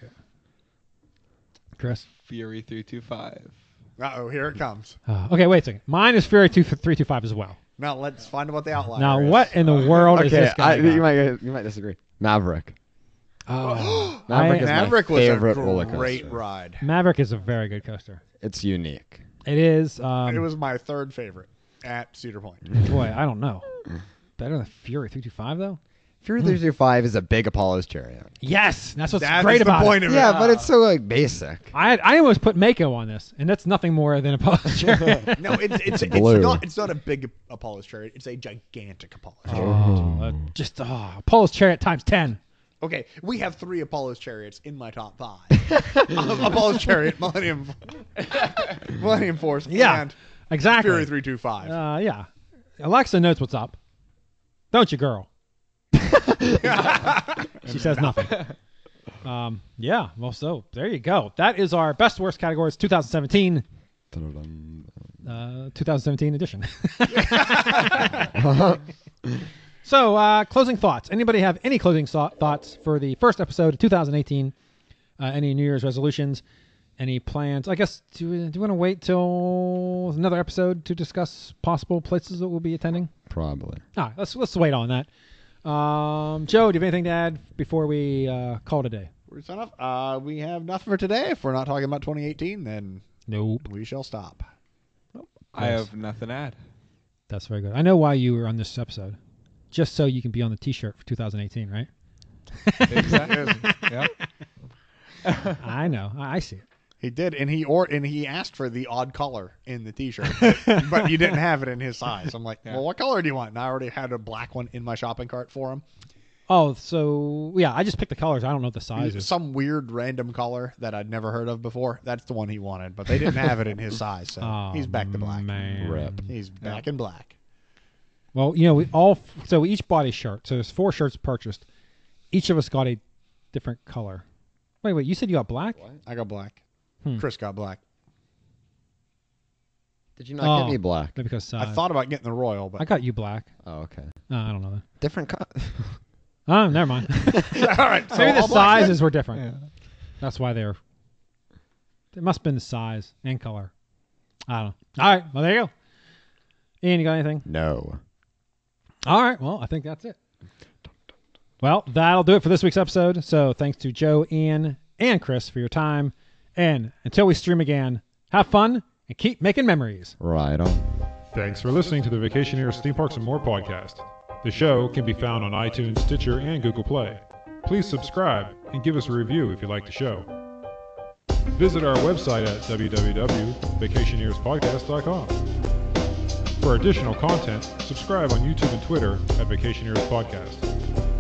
Speaker 2: Chris.
Speaker 6: Fury 325.
Speaker 4: Uh oh, here it comes.
Speaker 2: Uh, okay, wait a second. Mine is Fury two three two five as well.
Speaker 4: Now let's find out what the outlier
Speaker 2: now,
Speaker 4: is.
Speaker 2: what in the world is
Speaker 3: Okay.
Speaker 2: this guy?
Speaker 3: I, you
Speaker 2: about?
Speaker 3: might you might disagree. Maverick.
Speaker 2: Oh.
Speaker 3: Maverick
Speaker 2: I-
Speaker 3: is
Speaker 4: Maverick
Speaker 3: my
Speaker 4: was a
Speaker 3: favorite
Speaker 4: great
Speaker 3: roller coaster.
Speaker 4: ride.
Speaker 2: Maverick is a very good coaster.
Speaker 3: It's unique.
Speaker 2: It is. Um,
Speaker 4: It was my third favorite at Cedar Point.
Speaker 2: boy, I don't know. Better than Fury three two five though.
Speaker 3: Fury
Speaker 2: Hmm.
Speaker 3: 325 is a big Apollo's chariot.
Speaker 2: Yes, that's what's
Speaker 4: That
Speaker 2: great
Speaker 4: is
Speaker 2: about
Speaker 4: the
Speaker 2: it.
Speaker 4: point of
Speaker 3: Yeah,
Speaker 4: it.
Speaker 3: but it's so like basic.
Speaker 2: I I almost put Mako on this, and that's nothing more than a posture.
Speaker 4: No, it's it's, it's
Speaker 3: Blue.
Speaker 4: not it's not a big Apollo's chariot. It's a gigantic Apollo's chariot.
Speaker 2: oh, uh, just oh, Paul's chariot times ten.
Speaker 4: Okay, we have three Apollo's chariots in my top five. Um, Apollo's chariot, Millennium, Millennium Force,
Speaker 2: Yeah,
Speaker 4: and
Speaker 2: exactly.
Speaker 4: Fury three two five.
Speaker 2: Uh, yeah, Alexa knows what's up, don't you, girl? she says nothing. Um, yeah, well, so there you go. That is our best worst categories 2017, uh, 2017 edition. So, uh, closing thoughts. Anybody have any closing so- thoughts for the first episode of 2018? Uh, any New Year's resolutions? Any plans? I guess do we, do you want to wait till another episode to discuss possible places that we'll be attending?
Speaker 3: Probably.
Speaker 2: All right, let's let's wait on that. Um, Joe, do you have anything to add before we uh, call today?
Speaker 4: We're signing off. Uh, we have nothing for today. If we're not talking about 2018, then
Speaker 2: Nope.
Speaker 4: we shall stop.
Speaker 6: I
Speaker 2: Nice.
Speaker 6: have nothing to add.
Speaker 2: That's very good. I know why you were on this episode, just so you can be on the T-shirt for 2018, right?
Speaker 6: Exactly. yep.
Speaker 2: I know. I, I see it.
Speaker 4: He did, and he or and he asked for the odd color in the T-shirt, but, but you didn't have it in his size. I'm like, well, what color do you want? And I already had a black one in my shopping cart for him.
Speaker 2: Oh, so yeah, I just picked the colors. I don't know the sizes.
Speaker 4: Some weird random color that I'd never heard of before. That's the one he wanted, but they didn't have it in his size, so
Speaker 2: Oh,
Speaker 4: he's back to black.
Speaker 2: man.
Speaker 3: Rip.
Speaker 4: He's back in black.
Speaker 2: Well, you know, we all so we each bought a shirt. So there's four shirts purchased. Each of us got a different color. Wait, wait, you said you got black?
Speaker 4: I got black.
Speaker 2: Hmm.
Speaker 4: Chris got black.
Speaker 3: Did you not
Speaker 2: Oh.
Speaker 3: get me black?
Speaker 2: Maybe because size.
Speaker 4: I thought about getting the royal, but
Speaker 2: I got you black.
Speaker 3: Oh, okay.
Speaker 2: Uh, I don't know. That.
Speaker 3: Different color.
Speaker 2: Oh, never mind.
Speaker 4: all right. So
Speaker 2: Maybe the
Speaker 4: all black.
Speaker 2: sizes were different. That's why they're. It must have been the size and color. I don't know. All right. Well, there you go. Ian, you got anything?
Speaker 3: no.
Speaker 2: All right. Well, I think that's it. Well, that'll do it for this week's episode. So thanks to Joe, Ian, and Chris for your time. And until we stream again, have fun and keep making memories.
Speaker 3: Right on.
Speaker 1: Thanks for listening to the Vacationers, Theme Parks, and More podcast. The show can be found on iTunes, Stitcher, and Google Play. Please subscribe and give us a review if you like the show. Visit our website at www.vacationerspodcast.com. For additional content, subscribe on YouTube and Twitter at Vacationers Podcast.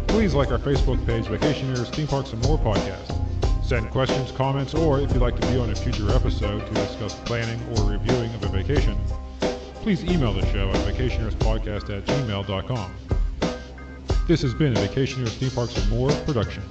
Speaker 1: Please like our Facebook page, Vacationers, Theme Parks, and More podcast. Send questions, comments, or if you'd like to be on a future episode to discuss planning or reviewing of a vacation, please email the show at vacationerspodcast at gmail.com. This has been a Vacationers Theme Parks and More production.